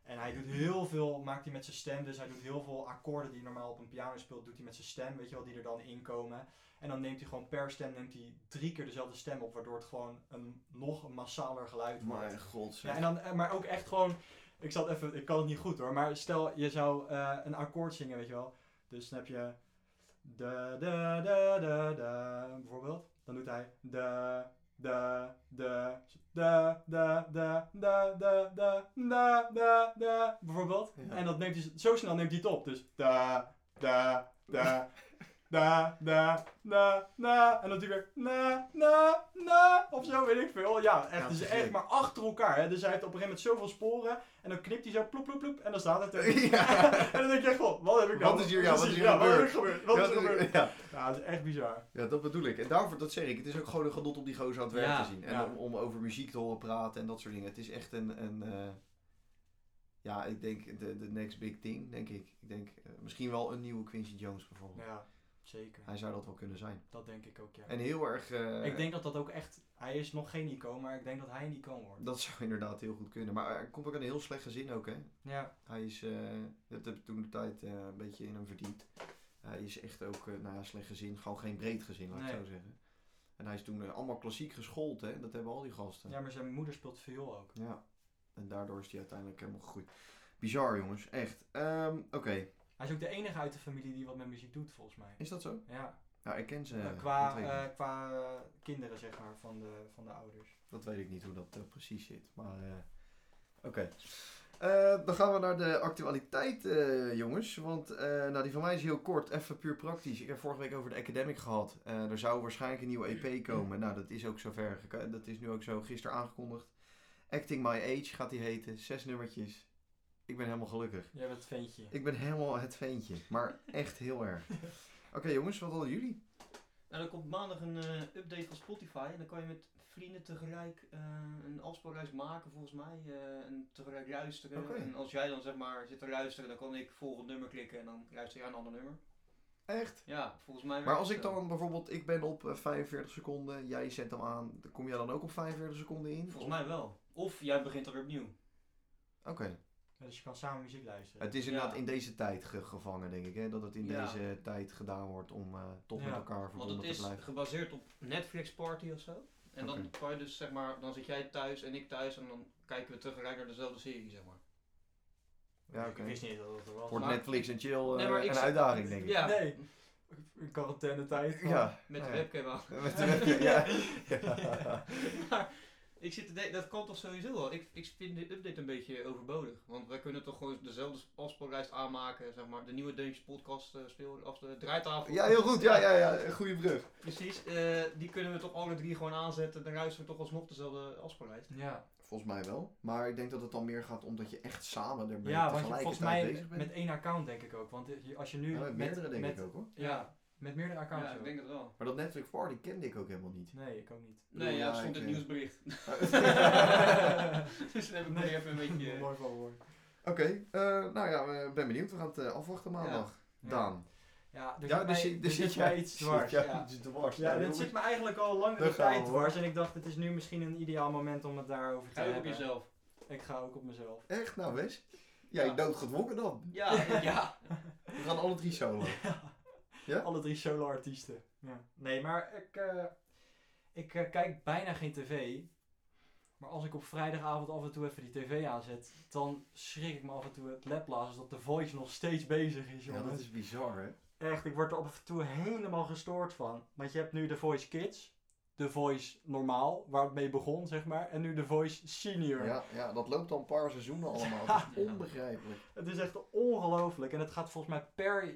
En hij doet heel veel, maakt hij met zijn stem. Dus hij doet heel veel akkoorden die hij normaal op een piano speelt, doet hij met zijn stem. Weet je wel, die er dan in komen. En dan neemt hij gewoon per stem neemt hij drie keer dezelfde stem op, waardoor het gewoon een nog massaler geluid wordt.
Mijn god,
Ja,
zeg.
en dan, eh, maar ook echt gewoon, ik zal het even, ik kan het niet goed hoor, maar stel je zou eh, een akkoord zingen, weet je wel. Dus dan heb je da da da da da bijvoorbeeld, dan doet hij da da da da da da da da da da da da bijvoorbeeld.
Ja.
En dat neemt hij z- zo snel neemt hij het op, dus da da, da, da, da, na, na. En dan die weer na, na, na. Of zo, weet ik veel. Ja, echt,
Ja,
het is
precies.
echt maar achter elkaar. Hè. Dus hij heeft op een gegeven moment zoveel sporen. En dan knipt hij zo ploep, ploep, ploep. En dan staat het er.
Ja.
en dan denk je, god, wat heb ik nou?
Wat is hier- ja, wat
precies,
is hier
wat er gebeurd? Wat is er gebeurd?
Ja,
Ja, dat is echt bizar.
ja, dat bedoel ik. En daarvoor, dat zeg ik, het is ook gewoon een genot om die gozer aan het werk
Ja,
te zien. En
ja.
om, om over muziek te horen praten en dat soort dingen. Het is echt een, een eh, ja, ik denk de, de next big thing, denk ik. Ik denk eh, misschien wel een nieuwe Quincy Jones bijvoorbeeld.
Ja, zeker.
Hij zou dat wel kunnen zijn.
Dat denk ik ook, ja.
En heel erg, eh,
Ik denk dat dat ook echt... Hij is nog geen icoon, maar ik denk dat hij een icoon wordt.
dat zou inderdaad heel goed kunnen. Maar er komt ook een heel slecht gezin ook, hè.
Ja,
Hij is, eh, dat heb ik toen de tijd eh, een beetje in hem verdiend. Hij is echt ook, eh nou ja, slecht gezin, gewoon geen breed gezin, laat ik
Nee.
zo zeggen. En hij is toen eh, allemaal klassiek geschoold, hè. Dat hebben al die gasten.
ja maar zijn moeder speelt viool ook.
Ja, en daardoor is die uiteindelijk helemaal gegroeid. Bizar jongens, echt. Ehm, Oké,
Hij is ook de enige uit de familie die wat met muziek doet, volgens mij.
is dat zo?
Ja,
Nou, ik ken ze.
eh, qua,
dat, weet ik, niet.
eh, qua eh, kinderen, zeg maar, van de, van de ouders.
Dat weet ik niet hoe dat eh, precies zit, maar eh, oké. Eh, dan gaan we naar de actualiteit, eh, jongens. Want eh, nou, die van mij is heel kort, even puur praktisch. Ik heb vorige week over de Academic gehad. Eh, er zou waarschijnlijk een nieuwe EP komen. Nou, dat is ook zover. geko- Dat is nu ook zo gisteren aangekondigd. Acting My Age gaat die heten. Zes nummertjes. Ik ben helemaal gelukkig.
Jij bent het ventje.
Ik ben helemaal het veentje, maar echt heel erg. Oké jongens, wat hadden jullie?
Nou, er komt maandag een eh, update van Spotify. En dan kan je met vrienden tegelijk eh, een afspraaklijst maken, volgens mij. eh, en tegelijk luisteren.
Oké.
En als jij dan zeg maar zit te luisteren, dan kan ik volgend nummer klikken. En dan luister jij een ander nummer.
Echt?
Ja, volgens mij.
Maar
werkt
als
het
ik
zo.
dan bijvoorbeeld, ik ben op eh, 45 seconden, jij zet hem aan, dan kom jij dan ook op 45 seconden in?
Volgens mij wel. Of jij begint alweer opnieuw.
Oké.
Ja, dus je kan samen muziek luisteren.
Het is inderdaad
Ja.
in deze tijd ge- gevangen, denk ik. Hè? Dat het in
Ja.
deze tijd gedaan wordt om eh toch
Ja.
met elkaar
Want
verbonden
het
te
is
blijven.
gebaseerd op Netflix Party of zo. En dan kan je dus zeg maar, dan zit jij thuis en ik thuis en dan kijken we tegelijk naar dezelfde serie, zeg maar.
Ja,
Ik-
oké.
Ik wist niet dat het er was.
Wordt
maar-
Netflix en chill eh,
Nee, maar ik
een
zeg-
uitdaging, denk ik.
Ja,
Nee. In quarantaine tijd.
Ja.
met de
Ja.
webcam aan.
Met de webcam, ja. Ja.
maar ik zit te denken, dat kan toch sowieso wel. Ik, ik vind de update een beetje overbodig. Want wij kunnen toch gewoon dezelfde afspeellijst aanmaken, zeg maar. De nieuwe Deuntjes podcast eh speel, of de draaitafel.
ja, heel goed. Ja, ja, ja. Goede brug.
Precies, eh, die kunnen we toch alle drie gewoon aanzetten. Dan luisteren we toch alsnog dezelfde afspeellijst.
Ja,
Volgens mij wel. Maar ik denk dat het dan meer gaat omdat je echt samen ermee
ja want je,
tegelijkertijd
volgens
bezig
mij
bent.
met één account denk ik ook. Want je- als je nu...
Ja, met meerdere denk ik ook hoor.
Ja, met meerdere accounts
Ja, ik
ook.
denk het wel.
Maar dat Netflix Party kende ik ook helemaal niet.
Nee, ik ook niet.
Nee, ja,
Ja,
het stond
ik,
in
eh,
het nieuwsbericht. dus dan heb ik nog even een beetje...
Nog nooit van gehoord.
Oké, eh, nou ja, ik ben benieuwd. We gaan het eh, afwachten maandag.
Ja.
Daan.
Ja, er
Ja,
zit
dus
mij-
je-
er
dus
zit
zit
mij
jij-
iets
zit
dwars.
jij
ja.
iets dwars.
Ja, dit
jongens.
zit me eigenlijk al
Daar
langere
gaan
tijd
we.
dwars. En ik dacht, het is nu misschien een ideaal moment om het daarover te
Ga je eh, op
hebben.
jezelf.
Ik ga ook op mezelf.
Echt? Nou, Wes? Jij
Ja.
doodgedwongen dan.
Ja, ja.
We gaan alle drie solo. Ja?
Alle drie solo-artiesten. Ja. Nee, maar ik, eh, ik eh, kijk bijna geen tv. Maar als ik op vrijdagavond af en toe even die tv aanzet, dan schrik ik me af en toe het lablazen dat de voice nog steeds bezig is.
Ja,
jongens.
dat is bizar, hè?
Echt, ik word er af en toe helemaal gestoord van. Want je hebt nu de Voice Kids, de Voice Normaal, waar het mee begon, zeg maar. En nu de Voice Senior.
Ja, ja, dat loopt al een paar seizoenen allemaal. Dat is
Ja.
onbegrijpelijk.
Het is echt ongelooflijk. En het gaat volgens mij per,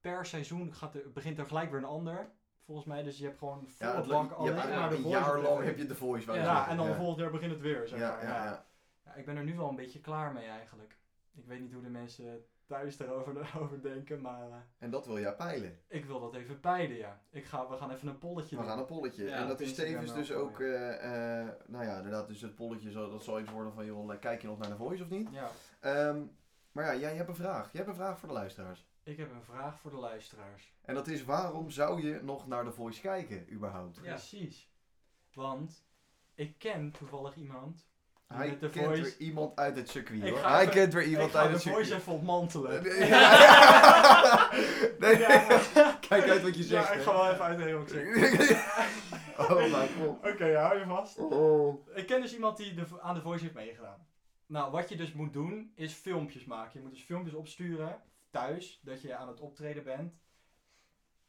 per seizoen, gaat er, begint er gelijk weer een ander. Volgens mij, dus je hebt gewoon volle
Ja, het
bank
je
alleen
hebt
maar de
eigenlijk een
Voice.
jaar
op de
lang
tv.
heb je de voice. wou
ja,
ik zeggen.
en dan volgend jaar begint het weer, zeg
ja,
maar.
ja,
Ja.
ja.
Ja, ik ben er nu wel een beetje klaar mee eigenlijk. Ik weet niet hoe de mensen thuis daarover over denken, maar eh,
En dat wil jij peilen.
ik wil dat even peilen, ja. Ik ga, we gaan even een polletje
We
doen.
gaan een polletje.
Ja,
en dat
op
is
Instagram
tevens
wel
dus
mooi.
ook, eh, eh, nou ja, inderdaad, dus het polletje zal, dat zal iets worden van, joh, kijk je nog naar de voice of niet?
Ja,
Ehm, maar ja, jij hebt een vraag. Jij hebt een vraag voor de luisteraars.
ik heb een vraag voor de luisteraars.
En dat is, waarom zou je nog naar de voice kijken, überhaupt?
Ja.
Precies. Want ik ken toevallig iemand. die
Hij
met de
kent
voice.
weer iemand uit het circuit,
Ik
hoor.
ga
Hij
even-
kent weer
Ik
iemand
ga
uit
de
het circuit.
voice even ontmantelen.
Nee, ja. Nee,
Ja, maar-
Kijk uit wat je zegt.
Ja, ik
hè.
ga wel even uit de hemel zeggen.
oh mijn god.
Oké, hou je vast.
Oh.
Ik ken dus iemand die de, aan de Voice heeft meegedaan. Nou, wat je dus moet doen, is filmpjes maken. Je moet dus filmpjes opsturen, thuis, dat je aan het optreden bent.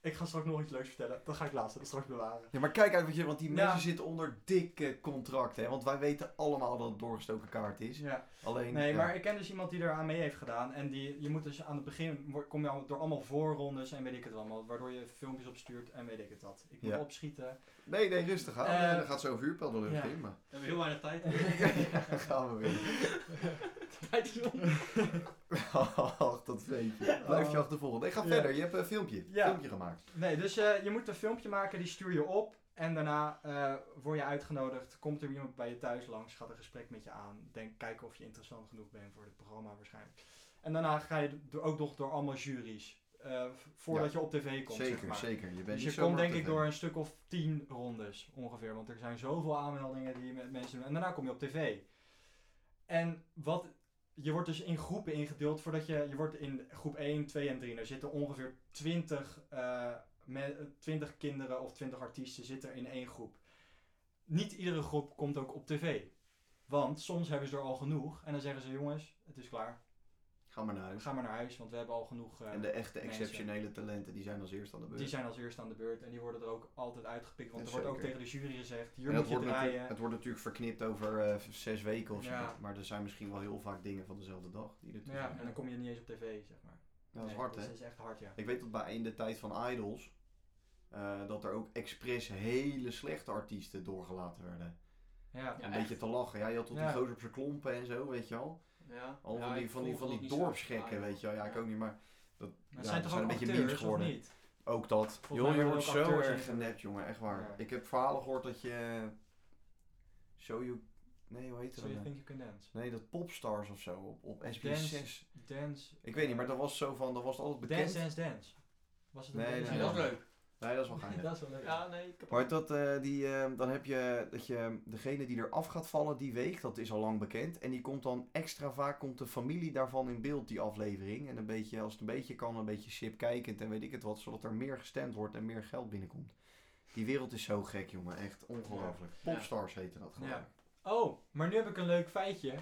Ik ga straks nog iets leuks vertellen. Dat ga ik laatst, dat straks bewaren.
Ja, maar kijk uit, wat je, want die
Ja.
mensen zitten onder dikke contracten. Hè? Want wij weten allemaal dat het doorgestoken kaart is.
Ja.
Alleen,
Nee,
ja.
maar ik ken dus iemand die eraan mee heeft gedaan. En die, je moet dus aan het begin, wor- kom je al door allemaal voorrondes en weet ik het allemaal. Waardoor je filmpjes opstuurt en weet ik het wat. Ik moet
Ja.
opschieten.
Nee, nee, rustig aan.
Eh,
Eh, dan gaat zo'n vuurpijl de lucht
ja.
in. Maar...
hebben heel weinig tijd.
Dan gaan we weer.
tijd is om.
Ach, dat weet je. Blijf je
Oh.
achtervolgen. Nee, ga
Ja.
verder. Je hebt een filmpje.
Ja.
filmpje gemaakt.
Nee, dus eh, je moet een filmpje maken, die stuur je op. En daarna eh, word je uitgenodigd. Komt er iemand bij je thuis langs, gaat een gesprek met je aan. Denk, kijken of je interessant genoeg bent voor het programma waarschijnlijk. En daarna ga je do- ook nog door allemaal juries. eh, v- voordat je op tv komt,
zeker,
zeg maar.
zeker. Je bent
Dus
niet
je
zomaar
komt
op
denk ik
tv.
door een stuk of tien rondes ongeveer. Want er zijn zoveel aanmeldingen die je met mensen doen. En daarna kom je op tv. En wat, je wordt dus in groepen ingedeeld voordat je... Je wordt in groep 1, 2 en 3. Er zitten ongeveer 20, eh, me- 20 kinderen of 20 artiesten zitten in één groep. Niet iedere groep komt ook op tv. Want soms hebben ze er al genoeg. En dan zeggen ze, jongens, het is klaar.
Ga maar naar huis.
Ga maar naar huis, want we hebben al genoeg... eh,
En de echte
mensen.
exceptionele talenten, die zijn als eerst aan de beurt.
die zijn als eerste aan de beurt en die worden er ook altijd uitgepikt. Want
Ja,
er wordt ook
zeker.
tegen de jury gezegd, hier
En dat
moet je
wordt natuurlijk,
draaien.
het wordt natuurlijk verknipt over eh, zes weken of zo.
Ja.
Maar er zijn misschien wel heel vaak dingen van dezelfde dag. Die er tussen
Ja,
zijn.
en dan kom je niet eens op tv, zeg maar.
Ja, dat is
Nee, dus
hard, hè?
Dat is echt hard, ja.
Ik weet dat bij in de tijd van Idols, eh, dat er ook expres hele slechte artiesten doorgelaten werden.
Ja,
Ja,
een
echt?
beetje te lachen. Ja, je had tot die
Ja.
gozer op zijn klompen en zo, weet je al.
Ja.
Al
Ja,
van die,
ik
van die, van
volg
die
dat niet zo.
dorpsgekken,
Ah, ja.
weet je wel. Ja, ik
Ja.
ook niet, maar... Dat,
maar
ja,
zijn
dat
toch ook
een beetje memes
acteurs, of
geworden.
niet?
Ook dat.
mij
Joh, je
werden
wordt
ook
zo
acteurs
erg
ingehuurd.
genept, jongen. Echt waar.
Ja.
Ik heb verhalen gehoord dat je... Show You... Nee, hoe heet
So
dat?
you
nou?
think you can dance.
Nee, dat Popstars of zo. Op, op SBS6.
Dance. Dance.
Ik weet niet, maar dat was zo van... Dat was altijd bekend.
Dance, dance, dance. Was het
Nee,
een
nee,
Misschien
beetje-
nee.
dat is leuk.
Nee, dat is wel geinig.
Dat is wel leuk.
Ja, nee. Ik heb
Maar dat, eh, die, eh, dan heb je dat je degene die eraf gaat vallen, die weegt, dat is al lang bekend. En die komt dan extra vaak, komt de familie daarvan in beeld, die aflevering. En een beetje, als het een beetje kan, een beetje sipkijkend en weet ik het wat, zodat er meer gestemd wordt en meer geld binnenkomt. Die wereld is zo gek, jongen. Echt ongelooflijk.
Ja.
Popstars heten dat gewoon.
Ja. Oh, maar nu heb ik een leuk feitje.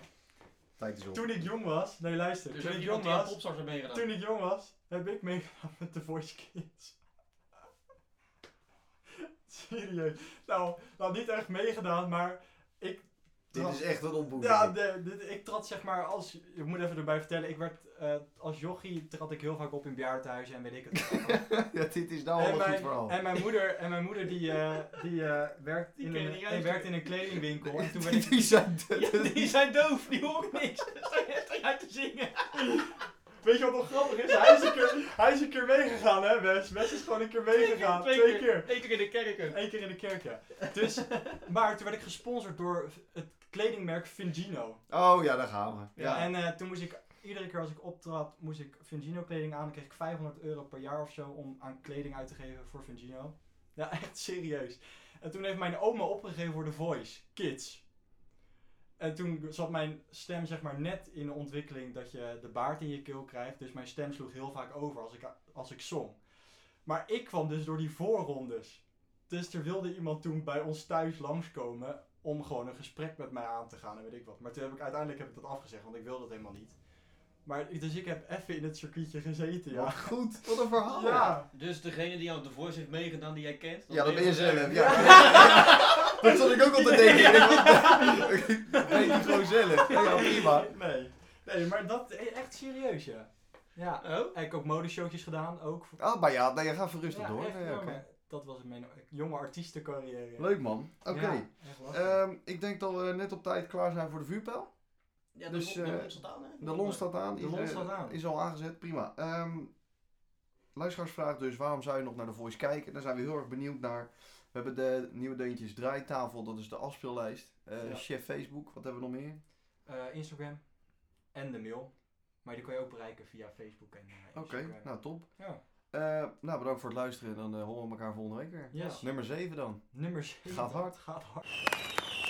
Tijd is op.
Toen ik jong was, nee luister,
dus
toen
ook
ik
iemand
jong
die aan
was,
popstars heeft meegedaan.
toen ik jong was, heb ik meegedaan met The Voice Kids. Serieus. Nou, nou niet echt meegedaan, maar ik
Dit is echt een ontboezeming.
Ja, de- dit- ik trad zeg maar als, ik moet even erbij vertellen, ik werd, eh, als jochie trad ik heel vaak op in bejaardenhuizen en weet ik het allemaal.
Ja, dit is nou al
en,
een goed
mijn,
verhaal.
en mijn moeder, en mijn moeder die, eh, die, eh, werkt,
Die
in
ken je
een,
niet
die
uit,
werkt
joh.
in een kledingwinkel en toen ben ik,
Die zijn...
Ja, die zijn doof, die horen niks. Sta je- sta je uit te zingen.
weet je wat nog grappig is? Hij is een keer, hij is een keer meegegaan hè Wes, Wes is gewoon een keer meegegaan, twee keer.
Eén keer in de kerken.
Eén keer in de kerk ja. Dus, maar toen werd ik gesponsord door het kledingmerk Fingino.
Oh ja, daar gaan we. Ja.
En eh, toen moest ik, iedere keer als ik optrad, moest ik Fingino kleding aan. Dan kreeg ik 500 euro per jaar of zo om aan kleding uit te geven voor Fingino. Ja, echt serieus. En toen heeft mijn oma opgegeven voor The Voice, Kids. En toen zat mijn stem zeg maar net in de ontwikkeling dat je de baard in je keel krijgt. Dus mijn stem sloeg heel vaak over als ik, als ik zong. Maar ik kwam dus door die voorrondes. Dus er wilde iemand toen bij ons thuis langskomen om gewoon een gesprek met mij aan te gaan en weet ik wat. Maar toen heb ik uiteindelijk heb ik dat afgezegd, want ik wilde dat helemaal niet. Maar ik- dus ik heb even in het circuitje gezeten, ja.
Wat goed. Wat een verhaal.
Ja,
Dus degene die aan The Voice heeft meegedaan, die jij kent.
Ja, dat eh, ben je zelf.
leuk.
Ja. dat zat ik ook al te denken. Ik dacht, wat- Nee, die gewoon zelf. Nee, ja, prima.
nee. Nee, maar dat e- echt serieus, ja. Ja.
Oh?
Ik heb ook modeshowtjes gedaan, ook. voor-
Ah, maar ja, nee, ga even rustig
Ja,
door.
echt,
Ja,
ja,
oké.
maar dat was mijn jonge artiestencarrière.
Leuk man. Oké.
Ja, echt lachen.
Ehm, ik denk dat we net op tijd klaar zijn voor de vuurpijl.
Ja, de
Dus,
lon- de
eh,
lon staat aan, hè?
De lon staat aan.
De
is,
lon
eh,
staat aan.
Is al aangezet. Prima. Ehm luisteraars vraagt dus, waarom zou je nog naar de Voice kijken? Daar zijn we heel erg benieuwd naar. We hebben de Nieuwe Deuntjes Draaitafel. Dat is de afspeellijst. Eh,
Ja.
Chef Facebook. Wat hebben we nog meer?
Eh, Instagram en de mail. Maar die kan je ook bereiken via Facebook en eh,
Oké.
Instagram.
Nou, top.
Ja.
Eh, nou, bedankt voor het luisteren. Dan eh, horen we elkaar volgende week weer.
Yes.
Nummer 7 dan.
Nummer 7.
Gaat hard.
Gaat hard.